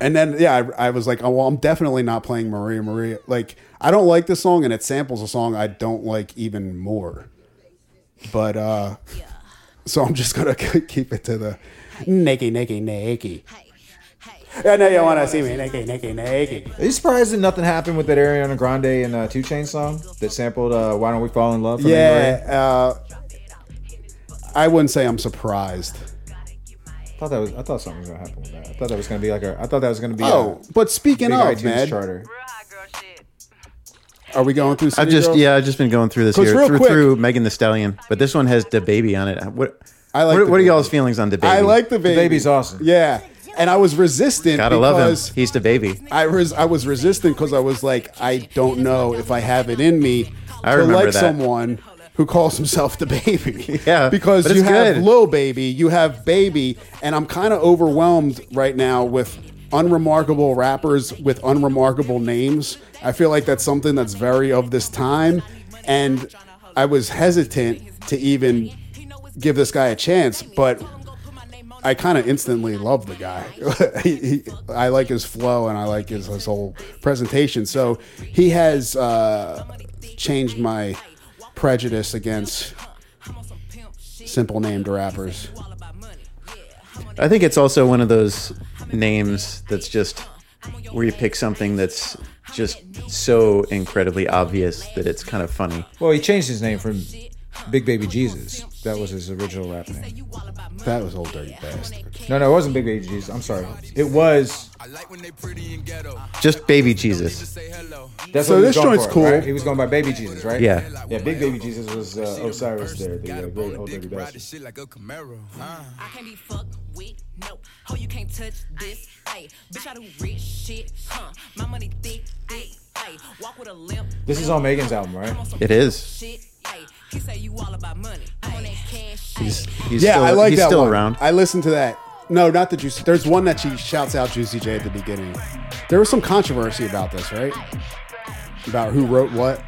S1: and then yeah, I, I was like, oh well, I'm definitely not playing Maria Maria. Like I don't like this song, and it samples a song I don't like even more. But uh, so I'm just gonna keep it to the naked, naked, naked. I know you wanna see me naked, naked, naked.
S2: Are you surprised that nothing happened with that Ariana Grande and uh, Two Chain song that sampled uh, "Why Don't We Fall in Love"? From Anne
S1: Yeah, uh, I wouldn't say I'm surprised.
S2: Marie? I thought that was. I thought something was gonna happen with that. I thought that was gonna be like a. I thought that was gonna be.
S1: Oh,
S2: a,
S1: but speaking
S2: big
S1: of,
S2: iTunes
S1: man,
S2: charter.
S1: are we going through?
S3: I've
S1: City
S3: just
S1: Girls?
S3: yeah, I've just been going through this
S1: 'Cause
S3: here
S1: real
S3: through,
S1: quick-
S3: through Megan the Stallion, but this one has the baby on it. What
S1: I like
S3: what,
S1: DaBaby.
S3: what are y'all's feelings on the baby?
S1: I like the baby.
S2: baby's awesome.
S1: Yeah, and I was resistant.
S3: Gotta
S1: because
S3: love him. He's the baby.
S1: I was I was resistant because I was like, I don't know if I have it in me
S3: I
S1: to
S3: remember
S1: like
S3: that.
S1: someone who calls himself the baby.
S3: Yeah,
S1: because
S3: but
S1: you
S3: it's
S1: have
S3: good.
S1: Lil Baby, you have Baby, and I'm kind of overwhelmed right now with unremarkable rappers with unremarkable names. I feel like that's something that's very of this time, and I was hesitant to even give this guy a chance, but I kind of instantly love the guy. He- he- I like his flow and I like his, his whole presentation. So he has uh, changed my prejudice against simple named rappers.
S3: I think it's also one of those names that's just where you pick something that's just so incredibly obvious that it's kind of funny.
S2: Well, he changed his name from Big Baby Jesus. That was his original rap name.
S1: That was old dirty bastard.
S2: No, no, it wasn't Big Baby Jesus. I'm sorry. It was.
S3: Just baby Jesus.
S2: That's
S1: So
S2: what he
S1: this
S2: was going
S1: joint's
S2: for,
S1: cool.
S2: right? He was going by Baby Jesus, right?
S3: Yeah.
S2: Yeah, Big Baby Jesus was uh, Osiris there, the uh, great old dirty bastard.
S6: Shit like a Camaro.
S9: I can't be fucked with, no. Ho, you can't touch this, ayy. Bitch, I do rich shit, huh? My money thick, ayy, ayy. Walk with a limp.
S2: This is on Megan's album, right?
S3: It is.
S9: Shit, ayy. He say you all about money. I want that cash,
S3: He's,
S9: ayy.
S3: he's
S1: Yeah,
S3: still,
S1: I like
S3: he's
S1: that
S3: still
S1: one.
S3: around.
S1: I listened to that. No, not the Juicy. There's one that she shouts out Juicy J at the beginning. There was some controversy about this, right? About who wrote what.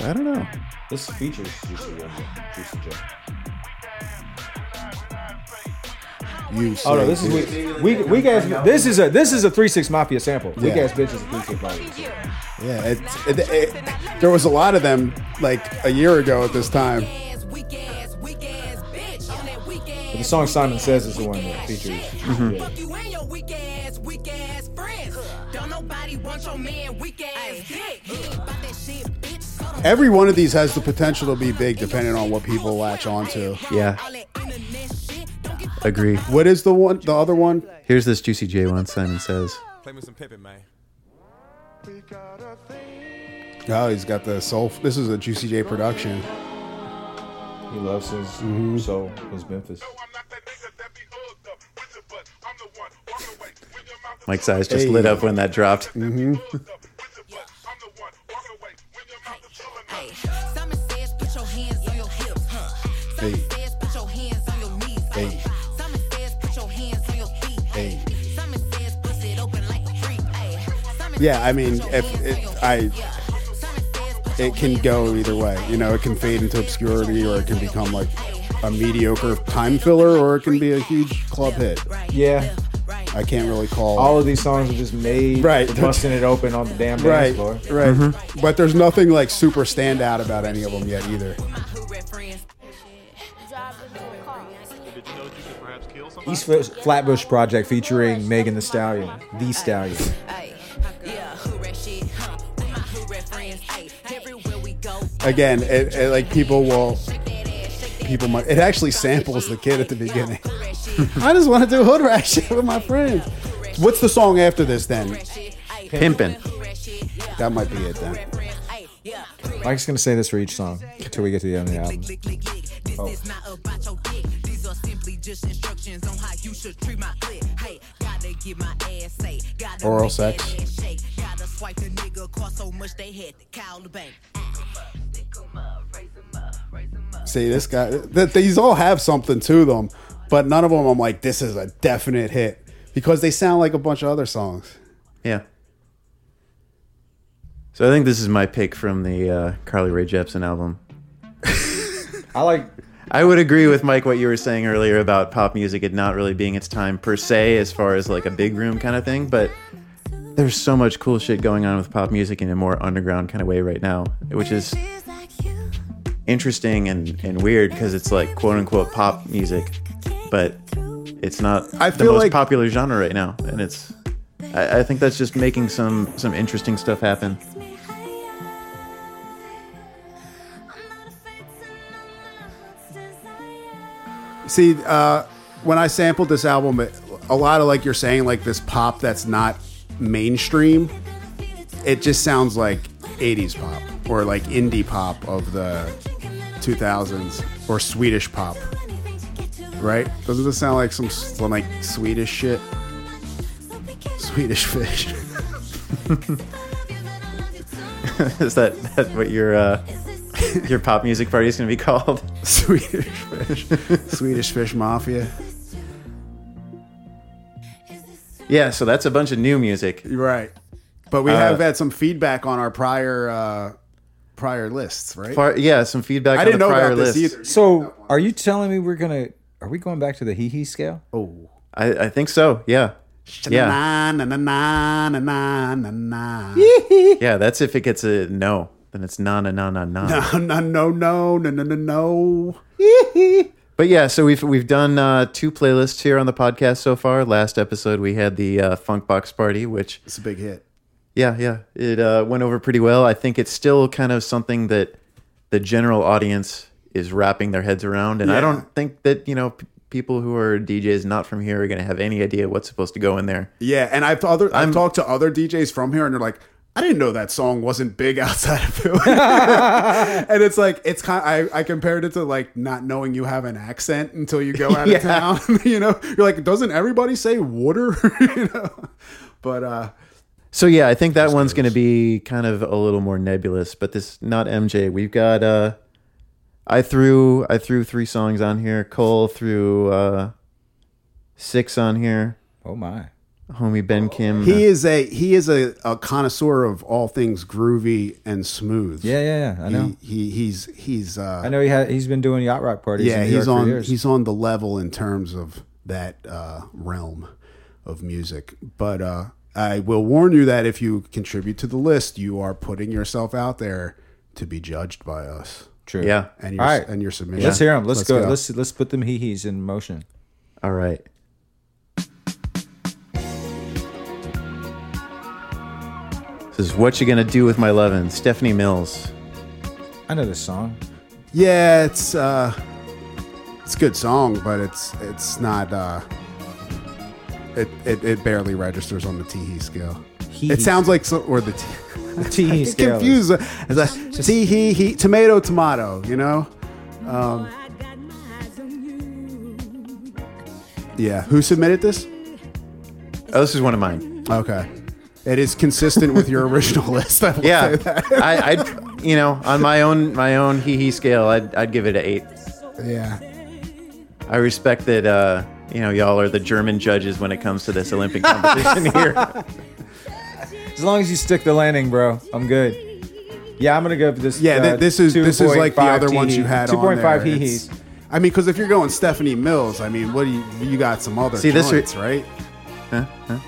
S3: I don't know.
S2: This features uh, Juicy J. Juicy J.
S1: You
S2: Oh no,
S1: say,
S2: this is
S1: dude.
S2: weak. Weak, weak ass. This is a this is a three six mafia sample. Weak
S1: Yeah.
S2: ass bitch is a three six mafia.
S1: Yeah, it's, it, it, there was a lot of them like a year ago at this time.
S9: Ass, weak ass, weak ass, bitch. On that weak ass.
S2: The song Simon Says is the one that features.
S1: Mm-hmm.
S2: Yeah.
S9: Fuck you and your weak ass, weak ass friends. Don't nobody want your man weak ass dick. He ain't about that shit, bitch. So don't
S1: Every one of these has the potential to be big depending on what people latch onto.
S3: Yeah,
S9: all that internet shit. Don't get
S3: agree.
S1: What is the one? The other one?
S3: Here's this Juicy J one Simon says.
S6: Play me some Pippin, man.
S1: Oh, he's got the soul. This is a Juicy J production.
S2: He loves his
S1: Mm-hmm.
S2: soul, his Memphis.
S3: Mike's eyes just
S1: Hey.
S3: lit up when that dropped.
S9: Hey, Simon says put your hands on your hips, huh? Simon
S1: Hey.
S9: says put your hands on your knees.
S1: Hey.
S9: Hey. Simon says put your hands on your feet. Hey. Simon says bust it open like a freak. Hey. Simon
S1: Yeah,
S9: says,
S1: I mean,
S9: put your
S1: if
S9: hands on
S1: it,
S9: your
S1: I,
S9: feet. Simon says, put your
S1: it can
S9: hands
S1: go either way. You know, it can fade into obscurity, or it can become like a mediocre time filler, or it can be a huge club hit.
S9: right,
S2: Yeah.
S9: right.
S1: I can't really call.
S2: All of these songs are just made
S1: Right.
S2: for busting it open on the damn dance
S1: right,
S2: floor.
S1: right. Mm-hmm. But there's nothing like super standout about any of them yet either.
S9: My hood rat friends.
S2: East Flatbush Project featuring Megan the Stallion, the Stallion.
S9: Hey. Yeah, hood rat shit, huh? With my hood rat friends. Hey. Everywhere we go.
S1: Again, it, it like people will
S9: Shake that ass, shake that
S1: people might. It actually samples the kid at the beginning.
S9: hood rat shit,
S1: I just want to do hood rat shit with my friends. What's the song after this then?
S9: shit. Hey.
S3: Pimpin'.
S9: Hood rat shit, yeah.
S1: That might be it then.
S9: Rat friends. Hey. Yeah.
S2: Mike's gonna say this for each song until we get to the end of the album.
S9: Click, click, click. This is not about your dick. These are simply just instructions on how you should treat my clit. Hey, gotta get my ass say. Gotta
S1: Oral
S9: make that
S1: sex.
S9: ass shake. Gotta swipe the nigga across so much they had to call the bank.
S1: See this guy. That these all have something to them, but none of them. I'm like, this is a definite hit because they sound like a bunch of other songs.
S3: Yeah. So I think this is my pick from the uh, Carly Rae Jepsen album.
S2: I like
S3: I would agree with Mike what you were saying earlier about pop music it not really being its time per se as far as like a big room kind of thing, but there's so much cool shit going on with pop music in a more underground kind of way right now, which is interesting and, and weird because it's like quote unquote pop music, but it's not
S1: I
S3: the
S1: feel
S3: most
S1: like-
S3: popular genre right now. And it's I, I think that's just making some some interesting stuff happen.
S1: See, uh, when I sampled this album, it, a lot of like you're saying, like this pop that's not mainstream. It just sounds like '80s pop or like indie pop of the 2000s or Swedish pop, right? Doesn't this sound like some, some like Swedish shit? Swedish fish.
S3: is that, that what your uh, your pop music party is gonna be called?
S1: Swedish fish. Swedish fish mafia.
S3: Yeah, so that's a bunch of new music.
S1: You're right. But
S3: Uh,
S1: we have had some feedback on our prior uh, prior lists, right?
S3: Far, yeah, some feedback
S1: I
S3: on
S1: didn't
S3: the
S1: know
S3: prior
S1: about
S3: list.
S1: this either.
S2: so are you telling me we're gonna are we going back to the hee hee scale?
S1: Oh,
S3: I, I think so. Yeah. Yeah.
S1: Na, na, na, na, na, na, na, na.
S3: Yeah. That's if it gets a no, then it's na na na na na.
S1: No, no, no, no, no, no, no, no.
S3: But yeah, so we've we've done uh, two playlists here on the podcast so far. Last episode we had the uh, Funk Box Party, which
S1: It's a big hit.
S3: yeah, yeah, it uh, went over pretty well. I think it's still kind of something that the general audience is wrapping their heads around, and I
S1: Yeah.
S3: don't think that you know p- people who are DJs not from here are going to have any idea what's supposed to go in there.
S1: Yeah, and I've other I've
S3: I'm-
S1: talked to other DJs from here, and they're like, I didn't know that song wasn't big outside of Philly. and it's like it's kind. I I compared it to like not knowing you have an accent until you go out
S3: Yeah.
S1: of town. you know, you're like, doesn't everybody say water? you know, but uh,
S3: So yeah, I think that one's going to be kind of a little more nebulous. But this not MJ. We've got uh, I threw I threw three songs on here. Cole threw uh, six on here.
S2: Oh my.
S3: Homie Ben Kim.
S1: Oh, he is a he is a, a connoisseur of all things groovy and smooth.
S2: Yeah, yeah, yeah. I know.
S1: He, he he's he's uh,
S2: I know he had. He's been doing yacht rock parties.
S1: yeah
S2: in New
S1: he's
S2: York for
S1: on
S2: years.
S1: he's on the level in terms of that uh, realm of music but uh, i will warn you that if you contribute to the list you are putting yourself out there to be judged by us
S2: true.
S3: yeah.
S1: and your,
S2: All right.
S1: and your submission
S2: Let's hear him. Let's, go. Let's let's put them hee hees in motion.
S3: All right. This is what you gonna do with my lovin', Stephanie Mills.
S2: I know this song.
S1: yeah it's uh it's a good song but it's it's not uh it, it, it barely registers on the tee scale.
S2: Hee
S1: It
S2: hee.
S1: sounds like so, or the tee.
S2: The tee hee
S1: get
S2: scale. is-
S1: confused. As I see, he, he, tomato, tomato. You know. Um, yeah. Who submitted this?
S3: Oh, this is one of mine.
S1: Okay. It is consistent with your original list. I will
S3: Yeah,
S1: say that.
S3: I, I'd, you know, on my own, my own hee hee scale, I'd, I'd give it an eight.
S1: Yeah.
S3: I respect that uh, you know y'all are the German judges when it comes to this Olympic competition here.
S2: As long as you stick the landing, bro, I'm good. Yeah, I'm gonna go for this.
S1: Yeah.
S2: uh,
S1: thi- this is this is like the
S2: 2.5
S1: other ones
S2: tee
S1: you
S2: hee.
S1: had.
S2: 2.5
S1: on there.
S2: hee
S1: It's-
S2: hees.
S1: I mean, because if you're going Stephanie Mills, I mean, what do you you got some other
S3: See, this
S1: joints,
S3: are-
S1: right?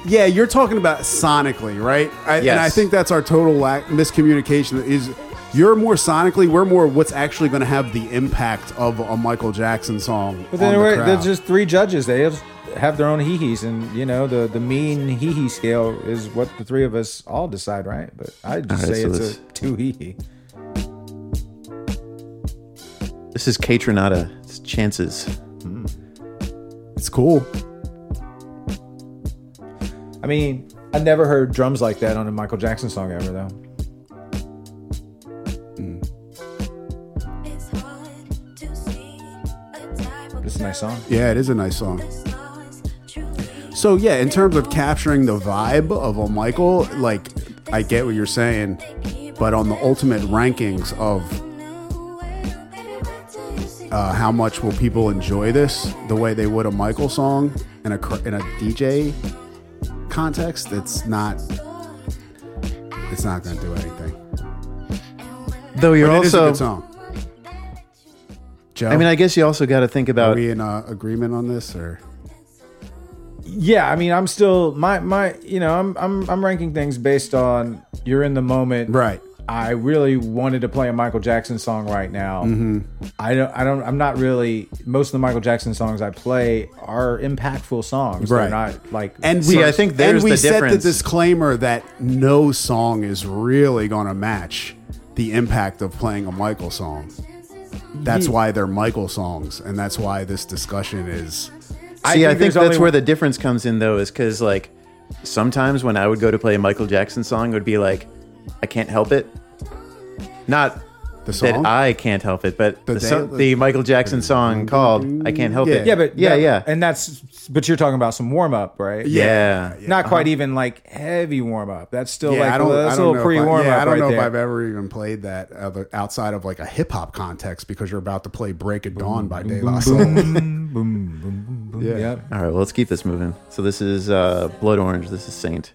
S1: Yeah, you're talking about sonically, right? I, And I
S3: Yes.
S1: think that's our total lack miscommunication. Is you're more sonically, we're more what's actually going to have the impact of a Michael Jackson song.
S2: But then
S1: on the
S2: we're,
S1: crowd.
S2: there's just three judges. They have, have their own hee hees, and you know the the mean hee hee scale is what the three of us all decide, right? But I just
S3: All right,
S2: say
S3: so
S2: it's
S3: let's-
S2: a two hee hee.
S3: This is Catronata. It's chances.
S1: it's cool.
S2: I mean, I never heard drums like that on a Michael Jackson song ever, though. It's a nice song.
S1: Yeah, it is a nice song. So yeah, in terms of capturing the vibe of a Michael, like I get what you're saying, but on the ultimate rankings of uh, how much will people enjoy this the way they would a Michael song in a cr- in a DJ context? It's not. It's not going to do anything.
S3: Though you're
S1: But it is a
S3: also,
S1: good song. Joe,
S3: I mean, I guess you also got to think
S1: are
S3: about.
S1: we in uh, agreement on this or?
S2: Yeah, I mean, I'm still my my. You know, I'm I'm I'm ranking things based on you're in the moment,
S1: Right.
S2: I really wanted to play a Michael Jackson song right now.
S1: Mm-hmm.
S2: I don't. I don't. I'm not really. Most of the Michael Jackson songs I play are impactful songs.
S1: Right.
S2: They're not like.
S1: And
S3: See,
S1: we, uh,
S3: I think
S1: and
S3: there's
S1: we
S3: the
S1: set
S3: difference.
S1: the disclaimer that no song is really going to match the impact of playing a Michael song. That's
S2: Ye-
S1: why they're Michael songs, and that's why this discussion is.
S3: See, I
S2: think
S3: think
S2: there's
S3: that's
S2: only-
S3: where the difference comes in, though, is because like sometimes when I would go to play a Michael Jackson song, it would be like, I can't help it. Not
S1: The
S3: that
S1: song,
S3: I can't help it, but the,
S1: day-
S3: so- the Michael Jackson song called "I Can't Help It."
S2: yeah, but
S3: yeah,
S2: that-
S3: yeah,
S2: And that's. But you're talking about some warm up, right?
S3: yeah. yeah.
S2: Not quite even like heavy warm up. That's still
S1: Uh-huh. yeah,
S2: like
S1: I don't,
S2: that's
S1: I
S2: a
S1: don't
S2: little
S1: know.
S2: pre
S1: If I,
S2: warm up.
S1: yeah, I don't
S2: right
S1: know if
S2: there.
S1: I've ever even played that other, outside of like a hip hop context because you're about to play "Break of Dawn" by De La Soul. Yeah.
S2: Yep.
S3: All right, well, let's keep this moving. So this is uh, Blood Orange. This is Saint.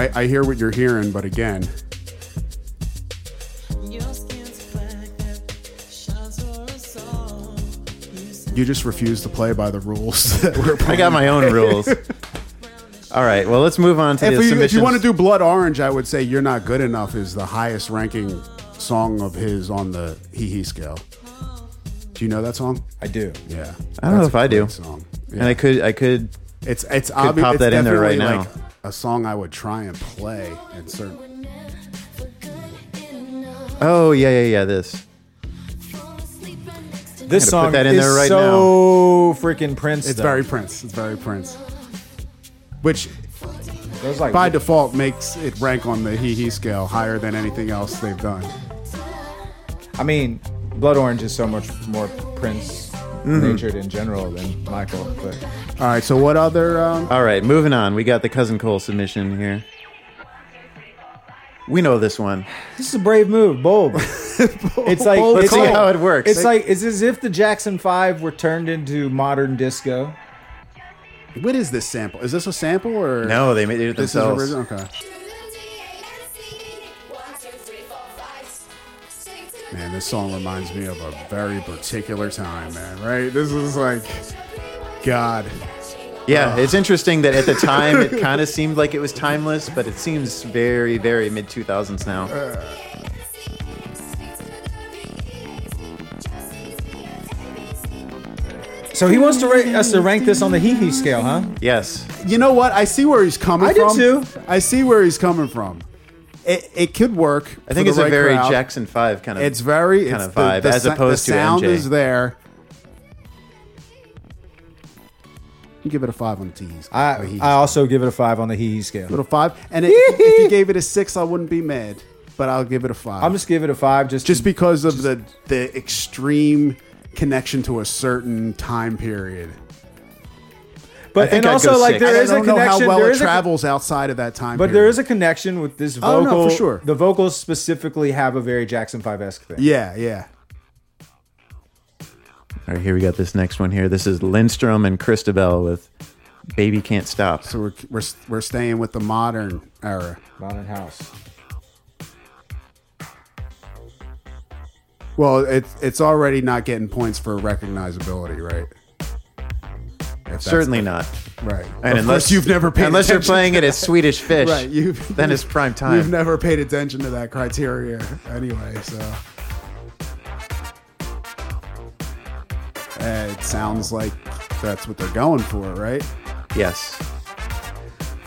S1: I, I hear what you're hearing, but again, You just refuse to play by the rules that we're
S3: I
S1: playing.
S3: got my own rules. All right, well, let's move on to
S1: If
S3: the
S1: you, if
S3: submissions.
S1: you want to do Blood Orange, I would say You're Not Good Enough is the highest ranking song of his on the Hee Hee scale. Do you know that song?
S2: I do.
S1: Yeah.
S3: I don't know if I do.
S1: Great song.
S3: And I could, I could.
S1: It's it's obvious.
S3: pop
S1: it's
S3: that in there right
S1: definitely,
S3: now.
S1: like a song I would try and play and certain.
S3: Oh yeah, yeah, yeah. This.
S2: This
S3: Gotta put
S2: song
S3: that in
S2: is
S3: there right
S2: so freaking Prince.
S1: It's
S2: though.
S1: very Prince. It's very Prince. Which
S2: There's like
S1: by default makes it rank on the hee hee scale higher than anything else they've done.
S2: I mean, Blood Orange is so much more Prince natured in general than Michael, but
S1: All right, so what other? Um,
S3: All right, moving on. We got the cousin Cole submission here. We know this one.
S2: this is a brave move, bold.
S1: Oh,
S2: it's like
S3: Let's
S2: it's
S3: see
S2: like-
S3: how it works.
S2: It's like it's as if the Jackson Five were turned into modern disco.
S1: what is this sample? Is this a sample or
S3: no, they made it
S1: This
S3: themselves.
S1: is original. Okay, man, this song reminds me of a very particular time, man. Right? This is like God.
S3: Yeah,
S1: Oh.
S3: it's interesting that at the time it kind of seemed like it was timeless, but it seems very, very mid two thousands
S1: Uh,
S3: now.
S2: So he wants to rate us to rank this on the hee hee scale, huh?
S3: Yes,
S1: You know what? I see where he's coming
S2: I do
S1: from.
S2: too.
S1: I see where he's coming from. It, it could work.
S3: I think it's a very Jackson Five kind of.
S1: It's very
S3: kind
S1: it's
S3: of vibe, as
S1: sou-
S3: opposed to
S1: the sound
S3: MJ.
S1: is there. You give it a five on the T's. Or
S2: I
S1: he's.
S2: I also give it a five on the hee hee scale.
S1: Oh, little five. And it, if you gave it a six, I wouldn't be mad. But I'll give it a 5
S2: I'm just give it a five just
S1: just because of the the extreme connection to a certain time period.
S2: but and
S3: I'd
S2: also
S3: go
S2: like
S1: I
S3: six.
S2: there
S1: don't
S2: is a
S1: know
S2: connection.
S1: how well
S2: there
S1: it
S2: is a,
S1: travels outside of that time.
S2: but
S1: period.
S2: there is a connection with this
S1: Oh,
S2: vocal.
S1: no, for sure.
S2: The vocals specifically have a very Jackson Five esque thing.
S1: yeah, yeah.
S3: All right, here we got this next one here. This is Lindstrom and Christabel with "Baby Can't Stop."
S1: So we're, we're we're staying with the modern era.
S2: Modern house.
S1: Well, it's it's already not getting points for recognizability, right? If that's-
S3: Certainly not.
S1: right.
S3: And
S1: Of
S3: unless
S1: course you've never paid
S3: unless
S1: attention.
S3: you're playing it as Swedish Fish,
S1: right, you
S3: then it's prime time.
S1: You've never paid attention to that criteria anyway, so. Eh, It sounds like that's what they're going for, right?
S3: yes,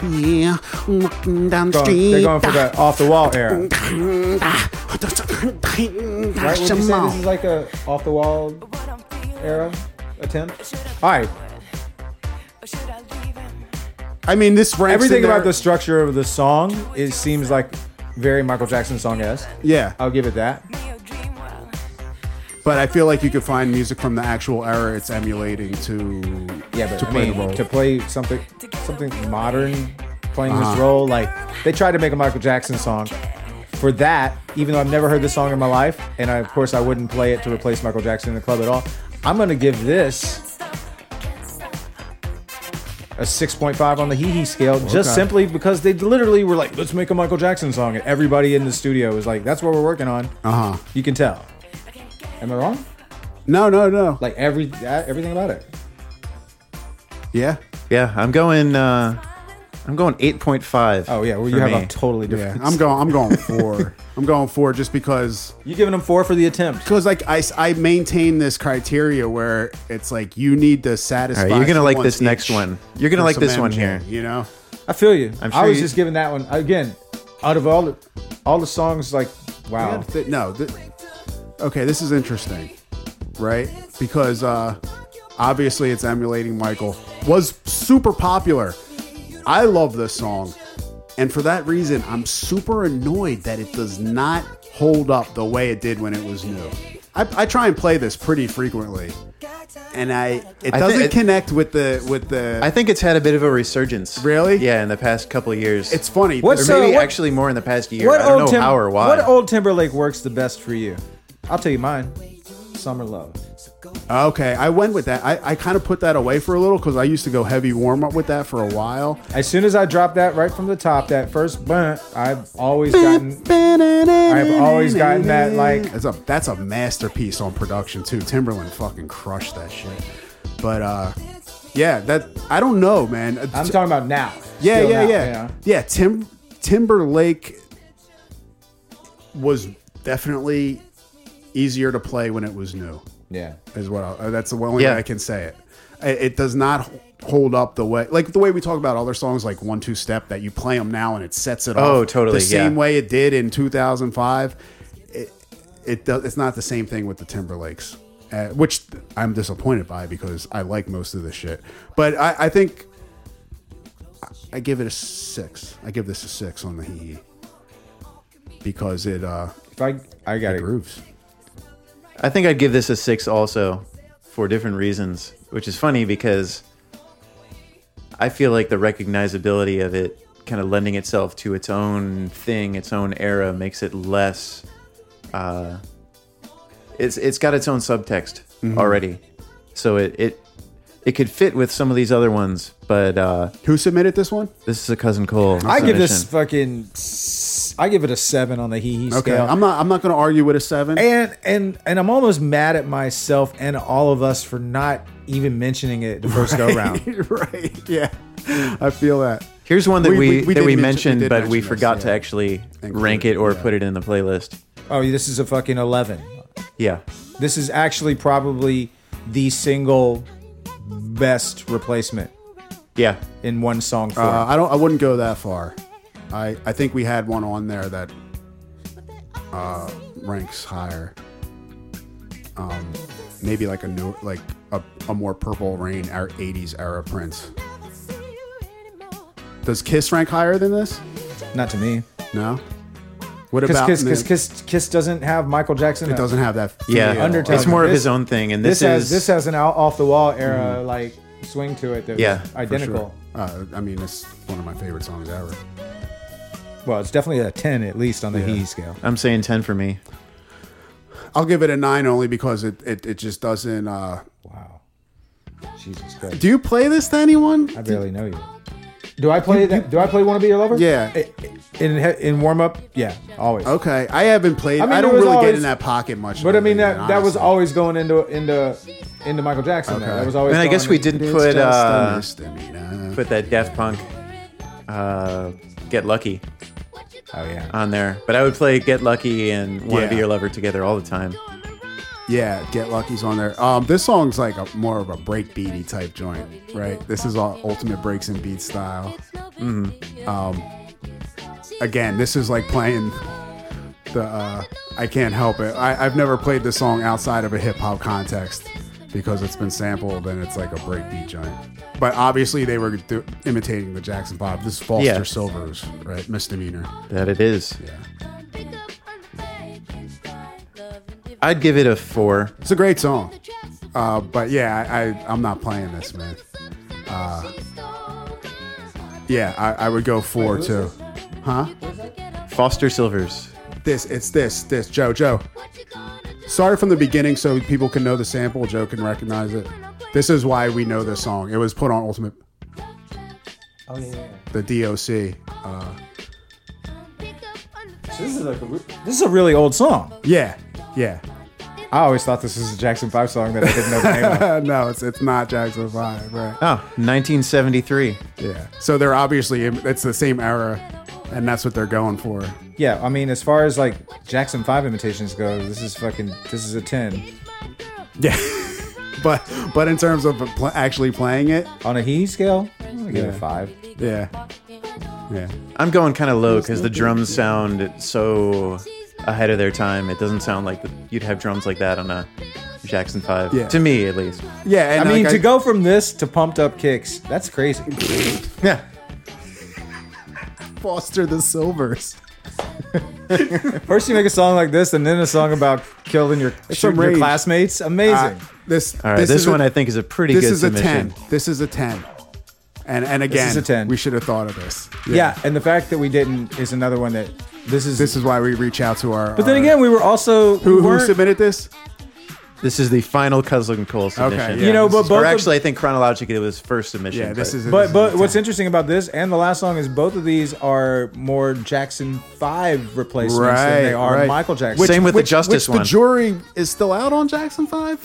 S1: Yeah, walking down the
S2: Going-
S1: street.
S2: they're going for the off the wall era. Right? Would you say this is like a off the wall era attempt? All right.
S1: I mean, this ranks
S2: Everything
S1: in there-
S2: about the structure of the song it seems like very Michael Jackson song esque.
S1: Yeah,
S2: I'll give it that.
S1: but I feel like you could find music from the actual era it's emulating to
S2: Yeah, but
S1: to
S2: I
S1: play
S2: mean,
S1: the role.
S2: to play something something modern, playing this
S1: Uh-huh.
S2: role like they tried to make a Michael Jackson song. For that, even though I've never heard this song in my life, and I, of course I wouldn't play it to replace Michael Jackson in the club at all, I'm gonna give this a 6.5 on the hee hee scale, just simply because they literally were like, let's make a Michael Jackson song, and everybody in the studio was like, that's what we're working on.
S1: uh huh.
S2: You can tell. Am I wrong?
S1: No, no, no.
S2: Like every uh, everything about it.
S1: yeah,
S3: yeah, I'm going. Uh, I'm going eight point five.
S2: Oh yeah, well you
S3: for
S2: have
S3: me.
S2: a totally
S1: yeah.
S2: different.
S1: I'm going. I'm going four. I'm going four just because
S2: You giving him four for the attempt?
S1: because like I, I maintain this criteria where it's like you need to satisfy.
S3: All right, you're gonna like
S1: someone's
S3: this next
S1: itch
S3: one. You're gonna
S1: for
S3: like
S1: some
S3: this one
S1: MJ,
S3: here.
S1: You know,
S2: I feel you.
S3: I'm
S2: I
S3: sure
S2: was
S3: you-
S2: just giving that one again. Out of all the all the songs, like wow,
S1: Th- no. th- okay, this is interesting, right? Because uh, obviously it's emulating Michael. Was super popular. I love this song, and for that reason, I'm super annoyed that it does not hold up the way it did when it was new. I, I try and play this pretty frequently, and I it
S3: I thi-
S1: doesn't
S3: it-
S1: connect with the with the.
S3: I think it's had a bit of a resurgence.
S1: Really?
S3: Yeah, in the past couple of years.
S1: It's funny.
S3: or
S2: What's
S1: There-
S2: So
S3: maybe
S2: what-
S3: actually more in the past year. I don't know
S2: Tim-
S3: how or why.
S2: What old Timberlake works the best for you? I'll tell you mine. Summer Love.
S1: Okay, I went with that. I, I kind of put that away for a little because I used to go heavy warm up with that for a while.
S2: As soon as I dropped that right from the top, that first bunt, I've always gotten.
S1: I've
S2: always gotten that, like-
S1: that's a that's a masterpiece on production too. Timberland fucking crushed that shit. But uh, yeah, that I don't know, man.
S2: I'm talking about now.
S1: Yeah,
S2: Still
S1: yeah,
S2: now,
S1: yeah,
S2: you know?
S1: yeah. Tim Timberlake was definitely easier to play when it was new.
S2: Yeah.
S1: Is what I, that's the only
S3: Yeah.
S1: way I can say it. I- It does not h- hold up the way like the way we talk about other songs like One Two Step that you play them now and it sets it
S3: Oh,
S1: off
S3: totally,
S1: the same
S3: yeah.
S1: way it did in 2005. It it does it's not the same thing with the Timberlakes. Uh, which I'm disappointed by because I like most of this shit. But I, I think I give it a six. I give this a six on the hee hee because it uh
S2: If I I got
S1: it
S2: it.
S1: grooves.
S3: I think I'd give this a six also for different reasons, which is funny because I feel like the recognizability of it kind of lending itself to its own thing, its own era, makes it less. Uh, it's it's got its own subtext already, so it it it could fit with some of these other ones, but uh,
S1: Who submitted this one?
S3: this is a cousin Cole.
S2: I give this
S3: submission.
S2: fucking. s- I give it a seven on the hee hee
S1: Okay,
S2: scale.
S1: I'm not. I'm not going to argue with a seven.
S2: and and and I'm almost mad at myself and all of us for not even mentioning it the first go round.
S1: right? Yeah, I feel that.
S3: Here's one that
S1: We-
S3: we,
S1: we- we
S3: that
S1: did mention- we
S3: we mentioned,
S1: did
S3: but we
S1: mention this,
S3: forgot to
S1: yeah.
S3: actually
S1: Include
S3: rank
S1: it,
S3: it or
S1: yeah.
S3: put it in the playlist.
S2: Oh, this is a fucking eleven.
S3: Yeah,
S2: This is actually probably the single best replacement
S3: yeah.
S2: in one song form.
S1: Uh, I don't. I wouldn't go that far. I I think we had one on there that uh, ranks higher. Um, maybe like a new, like a, a more Purple Rain, our '80s era Prince. Does Kiss rank higher than this?
S2: not to me.
S1: No. What
S2: Because
S1: about
S2: Kiss, Kiss,
S1: Min-
S2: Kiss, Kiss doesn't have Michael Jackson.
S1: It doesn't have that.
S3: Yeah,
S1: feel. Uh,
S2: Undertone.
S3: It's more of
S2: This-
S3: his own thing, and
S2: This,
S3: this,
S2: has
S3: is
S2: this has an out, off the wall era like swing to it that was
S3: Yeah,
S1: Hmm.
S3: for
S1: For sure.
S2: identical.
S1: Uh, I mean, it's one of my favorite songs ever.
S2: Well, it's definitely a ten at least on the hee scale.
S3: I'm saying ten for me.
S1: I'll give it a nine only because it it, it just doesn't. Uh,
S2: Wow, Jesus Christ!
S1: do you play this to anyone?
S2: I barely know you. Do I play that? Do I play "Want to Be Your Lover"?
S1: Yeah.
S2: I- In he- in warm up, yeah, always.
S1: Okay, I haven't played. I,
S2: I mean,
S1: don't
S2: it was
S1: really get
S2: always-
S1: in that pocket much.
S2: But I mean
S1: lately,
S2: that that was
S1: honestly.
S2: always going into into into Michael Jackson. there.
S1: Okay.
S2: That was always.
S3: And I
S2: going
S3: guess we
S2: in-
S3: didn't
S1: It's
S3: put
S1: just a
S3: uh,
S1: misdemeanor.
S3: put that Daft Punk uh, "Get Lucky"
S2: Oh yeah.
S3: on there, but I would play "Get Lucky" and "Want to Be
S1: Yeah.
S3: Your Lover" together all the time.
S1: yeah, Get Lucky's on there. Um, this song's like a more of a breakbeaty type joint, right? This is all ultimate breaks and beat style. Um, again, this is like playing the uh, I can't help it. I, I've never played this song outside of a hip hop context because it's been sampled and it's like a breakbeat joint. But obviously, they were do- imitating the Jackson Five. This is Foster
S3: Yeah.
S1: Silvers, right? Misdemeanor.
S3: That it is. I'd give it a four.
S1: It's a great song. Uh, but yeah, I, I I'm not playing this, man. Uh, yeah, I, I would go four too. Huh?
S3: Foster Silvers.
S1: This it's this this Joe Joe. Sorry from the beginning, so people can know the sample. Joe can recognize it. This is why we know this song. It was put on Ultimate,
S2: Oh yeah.
S1: the DOC. Uh,
S2: So this is like a, re- this is a really old song.
S1: yeah, yeah.
S2: I always thought this was a Jackson Five song that I didn't know the name of.
S1: no, it's it's not Jackson Five, right?
S3: Oh, 1973.
S1: Yeah. So they're obviously it's the same era, and that's what they're going for.
S2: Yeah, I mean, as far as like Jackson Five imitations go, this is fucking this is a ten
S1: Yeah. but but in terms of pl- actually playing it,
S2: on a he scale. I'm gonna give it
S1: Yeah.
S2: a five.
S1: yeah, yeah.
S3: I'm going kind of low because the drums sound so ahead of their time. It doesn't sound like you'd have drums like that on a Jackson 5.
S1: Yeah.
S3: To me, at least.
S1: Yeah, and
S2: I mean,
S1: like,
S2: to go from this to pumped up kicks, that's crazy.
S3: Yeah.
S1: Foster the Silvers.
S2: First, you make a song like this, and then a song about killing your, shooting your
S1: rage.
S2: classmates. Amazing.
S1: Uh, this
S3: All right, this,
S1: is a-
S3: one I think is a pretty
S1: this
S3: good
S1: is
S3: submission.
S1: a ten. This is a ten. And and again,
S2: is a 10.
S1: we should have thought of this.
S2: yeah. and the fact that we didn't is another one that this is.
S1: This is why we reach out to our.
S2: but then again, we were also
S1: who,
S2: we
S1: who
S2: weren't-
S1: submitted this?
S3: This is the final Cousin Cole submission.
S1: yeah. You
S2: know, but both
S3: or
S2: of-
S3: actually, I think chronologically it was first submission.
S1: Yeah, this
S3: but-
S1: is.
S2: But but what's interesting about this and the last song is both of these are more Jackson Five replacements than
S1: Right,
S2: they are
S1: right.
S2: Michael Jackson.
S3: Same with the
S1: which,
S3: Justice
S1: which
S3: one.
S1: The jury is still out on Jackson Five.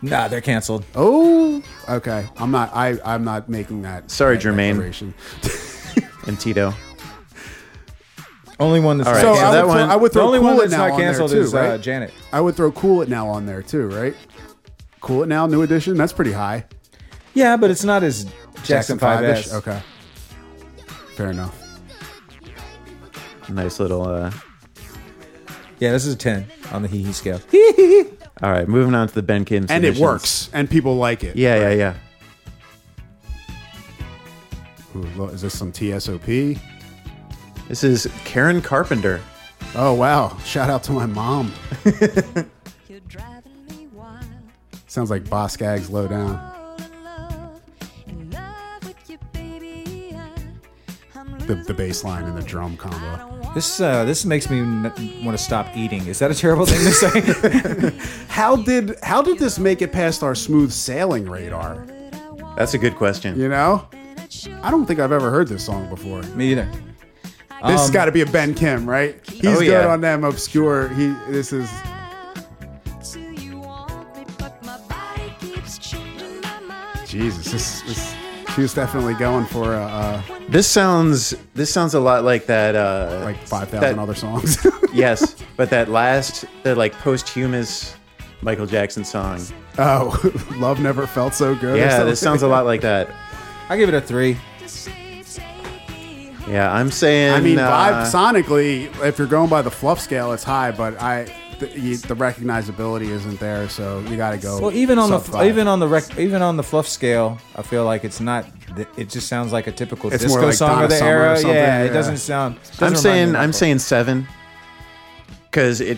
S2: nah, they're canceled.
S1: Oh, okay. I'm not. I I'm not making that.
S3: Sorry,
S1: that
S3: Jermaine.
S1: declaration.
S3: and Tito.
S2: Only one that's
S3: All right,
S1: So,
S3: so
S1: I,
S3: that
S1: would
S3: one-
S1: throw, I would
S2: the
S1: throw
S2: only
S1: cool
S2: one
S1: it
S2: that's
S1: now
S2: not
S1: on there
S2: canceled
S1: too,
S2: is
S1: right?
S2: uh, Janet.
S1: I would throw cool it now on there too, right? Cool it now, new edition. That's pretty high.
S2: Yeah, but it's not as Jackson, Five
S1: Five-ish?
S2: as
S1: Okay. Fair enough.
S3: Nice little. Uh,
S2: Yeah, this is a ten on the hee hee scale.
S3: all right, moving on to the Ben Kim.
S1: And it
S3: submissions.
S1: works, and people like it.
S3: Yeah, yeah, yeah.
S1: Ooh, lo- is this some TSOP?
S3: This is Karen Carpenter.
S1: Oh wow! Shout out to my mom.
S9: You're driving me wild.
S1: Sounds like Boss Gags low down.
S9: All in love, in love with you, baby. I- I'm
S1: The the
S9: losing
S1: bass line and the
S9: control.
S1: drum
S9: I
S1: combo.
S9: don't want
S2: This uh, this makes me n- want to stop eating. Is that a terrible thing to say?
S1: How did how did this make it past our smooth sailing radar?
S9: it, I want
S3: That's a good question.
S1: You know,
S9: it, you
S1: I don't think I've ever heard this song before.
S2: Me either.
S1: This has got to be a Ben Kim, right? He's
S3: Um, Oh,
S1: good
S3: yeah.
S1: on them obscure. He this is
S9: Do you want me? But my body keeps changing my mind.
S1: Jesus. This, this she was definitely going for uh, uh,
S3: This sounds. This sounds a lot like that. Uh,
S1: like five thousand
S3: that-
S1: other songs.
S3: yes, but that last, that like posthumous Michael Jackson song.
S1: oh, love never felt so good. or
S3: Yeah, this
S1: something.
S3: sounds a lot like that.
S2: I give it a three.
S3: Yeah, I'm saying.
S1: I mean,
S3: uh,
S1: vibe sonically. If you're going by the fluff scale, it's high, but I the, you, the recognizability isn't there, so you got to go.
S2: Well, even on
S1: sub
S2: the
S1: five.
S2: even on the rec, even on the fluff scale, I feel like it's not. th- It just sounds like a typical
S1: It's
S2: disco
S1: more like
S2: song
S1: Donna
S2: of the
S1: Summer or
S2: era. Yeah,
S1: something,
S2: it
S1: yeah.
S2: doesn't sound. doesn't
S3: I'm
S2: remind
S3: saying
S2: me of
S3: I'm
S2: Michael.
S3: saying seven because it,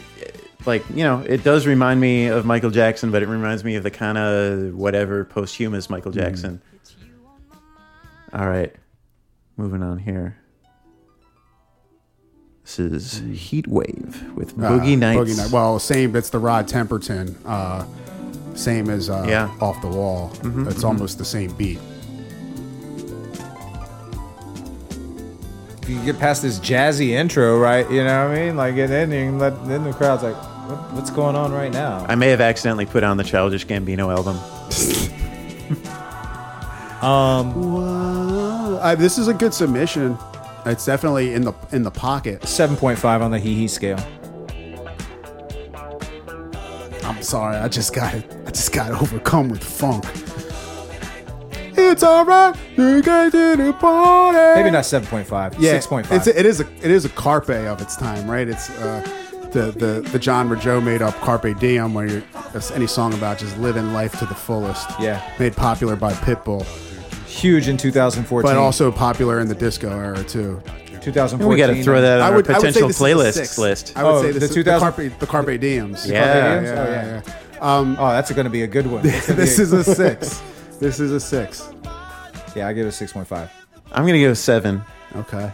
S3: like you know, it does remind me of Michael Jackson, but it reminds me of the kind of whatever posthumous Michael Jackson. All right, moving on here. This is Heat Wave with
S1: Uh,
S3: Boogie Nights.
S1: Night- Well, same. It's the Rod Temperton. Uh, same as uh,
S3: Yeah. Mm-hmm,
S1: off the wall. it's almost the same beat.
S2: if you get past this jazzy intro, right? You know what I mean? Like it ending, let then the crowd's like, what, "What's going on right now?"
S3: I may have accidentally put on the Childish Gambino album.
S1: Uh, this is a good submission. It's definitely in the in the pocket.
S2: Seven point five on the hee hee scale.
S1: I'm sorry, I just got I just got overcome with funk. It's alright, you can do the party.
S2: Maybe not seven point five.
S1: Yeah,
S2: six point five.
S1: It's a, it is a it is a carpe of its time, right? It's uh, the the the genre Joe made up carpe diem, where you're, that's any song about just living life to the fullest.
S2: Yeah.
S1: made popular by Pitbull,
S2: Huge in 2014.
S1: but also popular in the disco era too.
S2: 2014.
S3: We got to throw that on our
S1: I
S3: potential
S1: this is a
S3: playlists
S1: six.
S3: list.
S1: I would
S2: Oh,
S1: say
S2: the
S1: this is
S2: 2000
S1: the carpe the carpe diems.
S3: Yeah.
S1: yeah,
S2: videos? Oh, yeah.
S1: yeah, yeah.
S2: Oh, that's going to be a good one. That's gonna be
S1: This is a six. This is a six.
S2: yeah. I give it a six point five.
S3: I'm gonna go seven.
S1: Okay.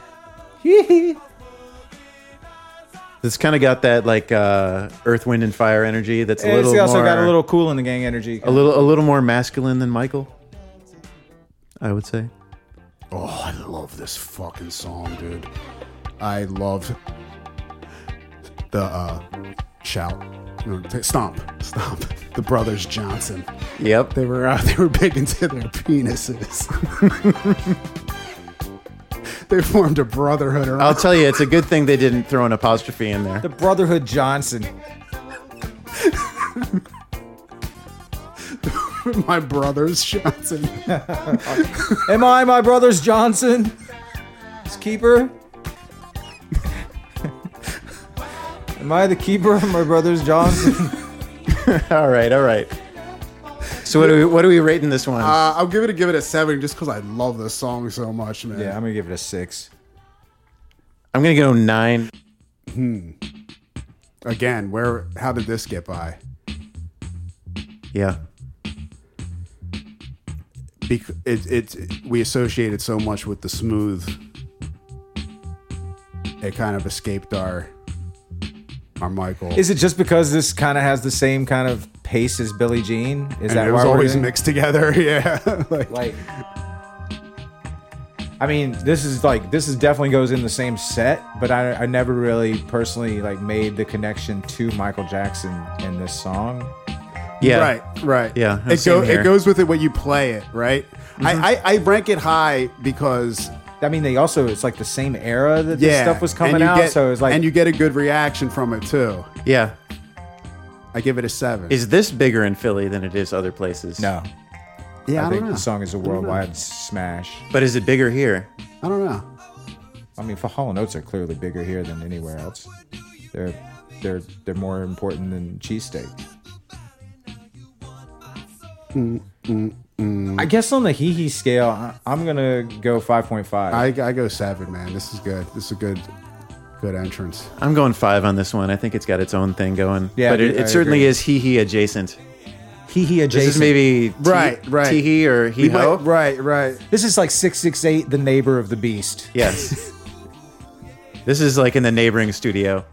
S3: It's kind of got that like uh, Earth, Wind, and Fire energy. That's a
S2: It's
S3: little
S2: also
S3: more,
S2: got a little cool in the gang energy.
S3: a little a little more masculine than Michael. I would say.
S1: Oh, I love this fucking song, dude. I love the uh, shout, no, t- stomp, stomp. The brothers Johnson.
S3: Yep.
S1: They were out. They were big into their penises. they formed a brotherhood around.
S3: I'll tell you, it's a good thing they didn't throw an apostrophe in there.
S2: The Brotherhood Johnson.
S1: my brothers Johnson.
S2: Am I my brother's Johnson? His keeper? Am I the keeper of my brother's Johnson?
S3: all right, all right. So what do we what are we rating this one?
S1: Uh, I'll give it a give it a seven just because I love this song so much, man.
S2: yeah, I'm gonna give it a six.
S3: I'm gonna go nine.
S1: Again, where? How did this get by?
S3: Yeah.
S1: Bec- it, it, it we associated so much with the smooth it kind of escaped our Carmichael.
S2: Is it just because this kind of has the same kind of pace as Billie Jean?
S1: and
S2: Is that
S1: it was
S2: why we're
S1: always
S2: doing-
S1: mixed together. Yeah. like,
S2: Like, I mean, this is like this is definitely goes in the same set, but I, I never really personally like made the connection to Michael Jackson in this song.
S3: Yeah.
S1: Right, right.
S3: Yeah,
S1: It,
S3: I'm
S1: go,
S3: seeing
S1: it
S3: here.
S1: goes with it when you play it, right?
S2: Mm-hmm.
S1: I, I, I rank it high because
S2: I mean, they also it's like the same era that this
S1: yeah,
S2: stuff was
S1: and
S2: coming
S1: you
S2: out,
S1: get-
S2: so it's like
S1: and you get a good reaction from it too.
S3: Yeah.
S1: I give it a seven.
S3: Is this bigger in Philly than it is other places?
S2: no.
S1: yeah, I,
S2: I,
S1: don't
S2: think
S1: know.
S2: the song is a
S1: I don't know.
S2: worldwide smash.
S3: But is it bigger here?
S1: I don't know.
S2: I mean, Hall and Oates are clearly bigger here than anywhere else. They're they're they're more important than cheesesteak. I guess on the hee hee scale, I, I'm gonna go 5.5.
S1: I, I go seven, man. This is good. This is a good, good entrance.
S3: I'm going five on this one. I think it's got its own thing going.
S2: Yeah,
S3: But
S2: I
S3: it,
S2: do- I
S3: it certainly
S2: agree.
S3: is hee hee adjacent.
S2: hee hee
S3: This
S2: adjacent.
S3: is maybe t-
S1: Right, right.
S3: tee hee or hee
S1: We might-
S3: ho.
S1: right, right.
S2: This is like 668, the neighbor of the beast.
S3: Yes. this is like in the neighboring studio,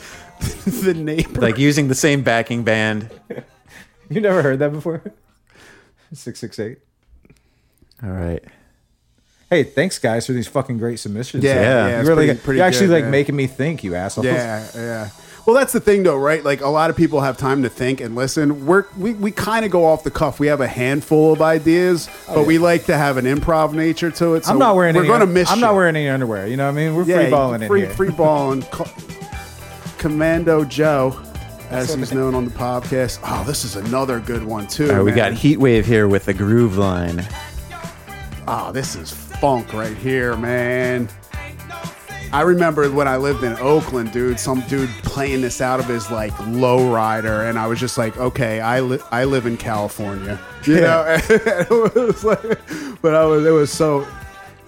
S1: the neighbor.
S3: like using the same backing band.
S2: You never heard that before? 668.
S3: All right.
S2: Hey, thanks guys for these fucking great submissions.
S1: Yeah,
S3: yeah,
S2: you
S1: it's
S2: really,
S1: pretty- pretty
S2: you're actually
S1: good,
S2: like
S1: yeah.
S2: making me think, you assholes.
S1: Yeah, yeah. Well, that's the thing, though, right? Like a lot of people have time to think and listen. We're we, we kind of go off the cuff. We have a handful of ideas, but we like to have an improv nature to it. So
S2: Oh, I'm not wearing.
S1: We're
S2: any,
S1: gonna miss.
S2: I'm
S1: shit.
S2: not wearing any underwear. You know what I mean? We're
S1: Yeah,
S2: free balling in
S1: free
S2: here.
S1: free balling. Co- Commando Joe, as he's known on the podcast. Oh, this is another good one too.
S3: All right. We
S1: man.
S3: got Heat Wave here with the groove line.
S1: Oh, this is funk right here, man. I remember when I lived in Oakland, dude, some dude playing this out of his like lowrider, and I was just like, okay, I, li- I live in California. You know? it was like, but I was, it was so.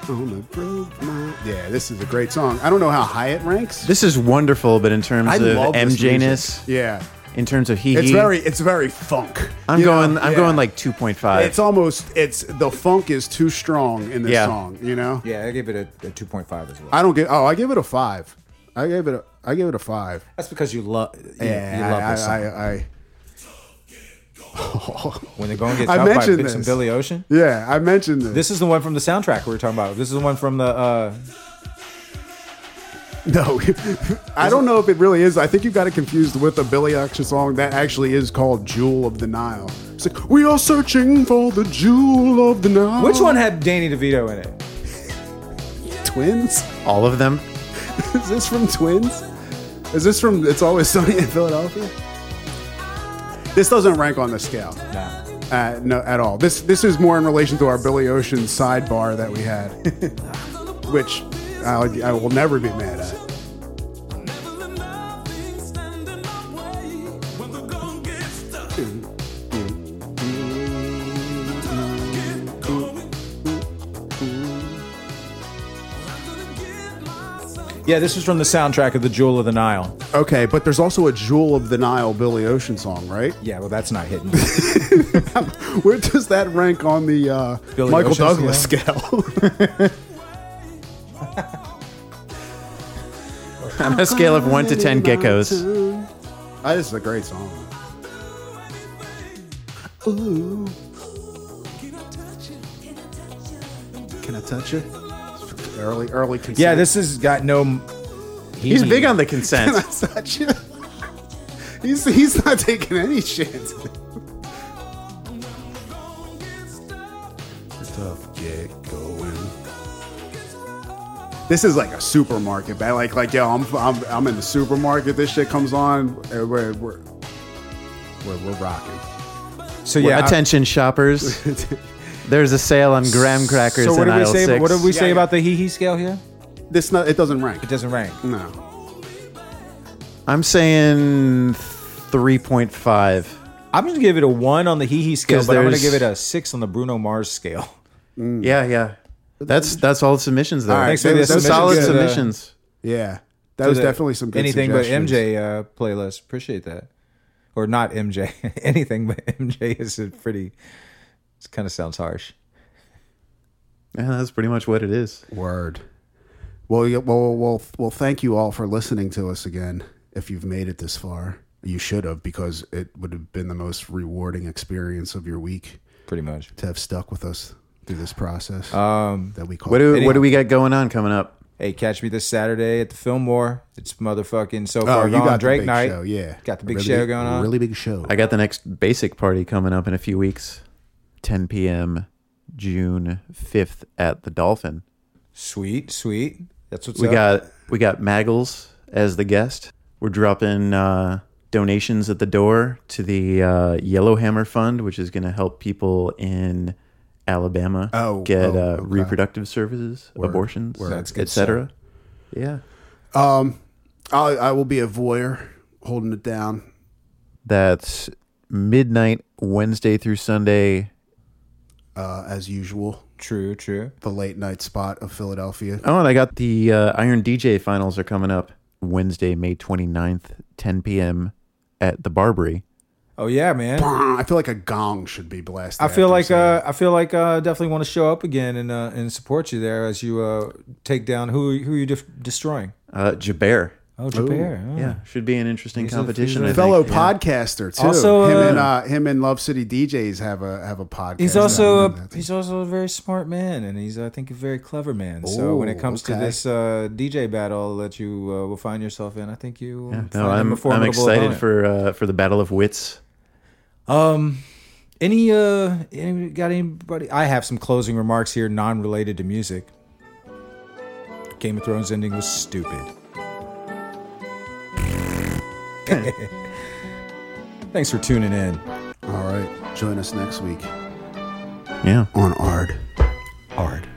S1: On the road, my- Yeah, this is a great song. I don't know how high it ranks.
S3: This is wonderful, but in terms
S1: I
S3: of
S1: love this
S3: MJ-ness,
S1: music. Yeah.
S3: in terms of hee hee,
S1: It's very, it's very funk.
S3: I'm
S1: you know?
S3: going. I'm
S1: Yeah.
S3: going like 2.5.
S1: It's almost, it's the funk is too strong in this
S3: Yeah.
S1: song. You know,
S2: Yeah, I give it a, a 2.5 as well.
S1: I don't get. Oh, I give it a five. I gave it. A, I give it a five.
S2: That's because you, love. you,
S1: Yeah,
S2: you love
S1: I,
S2: this song.
S1: I, I, I-
S2: when the going gets
S1: I
S2: out by
S1: mentioned
S2: Bix and
S1: this.
S2: Billy Ocean.
S1: yeah, I mentioned this.
S2: This is the one from the soundtrack we were talking about. This is the one from the. Uh,
S1: no, I don't know if it really is. I think you got it confused with a Billy Ocean song that actually is called "Jewel of the Nile." It's like we are searching for the jewel of the Nile.
S2: which one had Danny DeVito in it?
S1: Twins?
S3: all of them.
S1: Is this from Twins? Is this from It's Always Sunny in Philadelphia? This doesn't rank on the scale.
S2: Nah.
S1: Uh, no, at all. This this is more in relation to our Billy Ocean sidebar that we had, which I, would- I will never be mad at.
S2: Yeah, this was from the soundtrack of The Jewel of the Nile.
S1: Okay, but there's also a Jewel of the Nile Billy Ocean song, right?
S2: Yeah, well, that's not hitting.
S1: Where does that rank on the uh,
S2: Billy
S1: Michael
S2: Ocean
S1: Douglas scale?
S3: On a scale of one to ten geckos.
S1: Ah, this is a great song. Ooh. Can I touch you? Early, early consent.
S2: yeah, this has got no.
S3: He's big on the
S1: Can I
S3: consent.
S1: touch you? He's he's not taking any chance. Tough get going. This is like a supermarket, man. Like, like, yo, I'm, I'm, I'm in the supermarket. This shit comes on. and We're, we're, we're, we're rocking.
S2: So yeah, I-
S3: Attention shoppers. There's a sale on graham crackers
S2: So what
S3: in
S2: did we
S3: aisle
S2: say?
S3: six.
S2: What did we
S1: Yeah,
S2: say
S1: yeah.
S2: about the hee hee scale here?
S1: This not, it doesn't rank.
S2: It doesn't rank.
S1: No.
S3: I'm saying 3.5.
S2: I'm gonna give it a one on the hee hee scale,
S3: 'Cause
S2: but I'm gonna
S3: there's-
S2: give it a six on the Bruno Mars scale.
S3: Yeah, yeah. That's that's all the submissions though.
S1: All right,
S2: Thanks for the
S1: that was
S2: submission.
S3: Solid
S1: good.
S3: submissions.
S1: Yeah, that was
S2: to the
S1: definitely some good
S2: uh, anything but
S1: suggestions.
S2: MJ uh, playlist. Appreciate that, or not MJ. anything but MJ is a pretty. It kind of sounds harsh.
S3: Yeah, that's pretty much what it is.
S1: Word. Well, yeah, well, well, well. Thank you all for listening to us again. if you've made it this far. You should have because it would have been the most rewarding experience of your week
S2: Pretty much.
S1: to have stuck with us through this process
S2: Um,
S1: that we call
S3: What do
S2: Anyhow.
S3: what do we got going on coming up?
S2: Hey, catch me this Saturday at the Fillmore. It's motherfucking
S1: Oh,
S2: so far gone Drake
S1: big
S2: night.
S1: Show, yeah,
S2: Got the big
S1: Really
S2: show going on.
S1: Really big show.
S3: I got the next basic party coming up in a few weeks, 10 p.m. June 5th at the Dolphin.
S2: Sweet, sweet. That's what's
S3: We
S2: up.
S3: got we got Maggles as the guest. We're dropping uh, donations at the door to the uh, Yellowhammer Fund, which is going to help people in Alabama
S1: Oh, oh,
S3: get uh,
S1: okay.
S3: reproductive services, abortions,
S2: That's good
S3: etc. Yeah,
S1: I, I will be a voyeur holding it down.
S3: that's midnight Wednesday through Sunday.
S1: Uh, as usual,
S2: True, true.
S1: the late night spot of Philadelphia.
S3: Oh, and I got the uh, Iron DJ finals are coming up Wednesday, May 29th, 10 p.m. at the Barbary.
S2: Oh yeah, man.
S1: I feel like a gong should be blasted.
S2: I feel
S1: after
S2: like
S1: saying
S2: uh, I feel like uh, definitely want to show up again and uh, and support you there as you uh, take down who who you def- destroying.
S3: Uh, Jaber.
S2: Oh, Jaber.
S3: Yeah, should be an interesting
S2: These are-
S3: competition.
S2: these
S3: I
S2: are-
S3: think.
S1: fellow
S3: Yeah.
S1: podcaster too.
S2: Also,
S1: him
S2: uh,
S1: and uh, him and Love City DJs have a have a podcast.
S2: He's also
S1: now.
S2: a, he's also a very smart man, and he's I think a very clever man. so when it
S1: Ooh,
S2: comes to
S1: okay.
S2: this uh, DJ battle that you uh, will find yourself in, I think you will find
S3: No,
S2: him
S3: I'm,
S2: a
S3: I'm
S2: formidable
S3: excited
S2: opponent.
S3: for uh, for the Battle of Wits.
S2: Um, any uh, any, got anybody? I have some closing remarks here, non-related to music. Game of Thrones ending was stupid. Thanks for tuning in.
S1: all right. Join us next week
S3: Yeah.
S1: on Ard.
S2: Hard.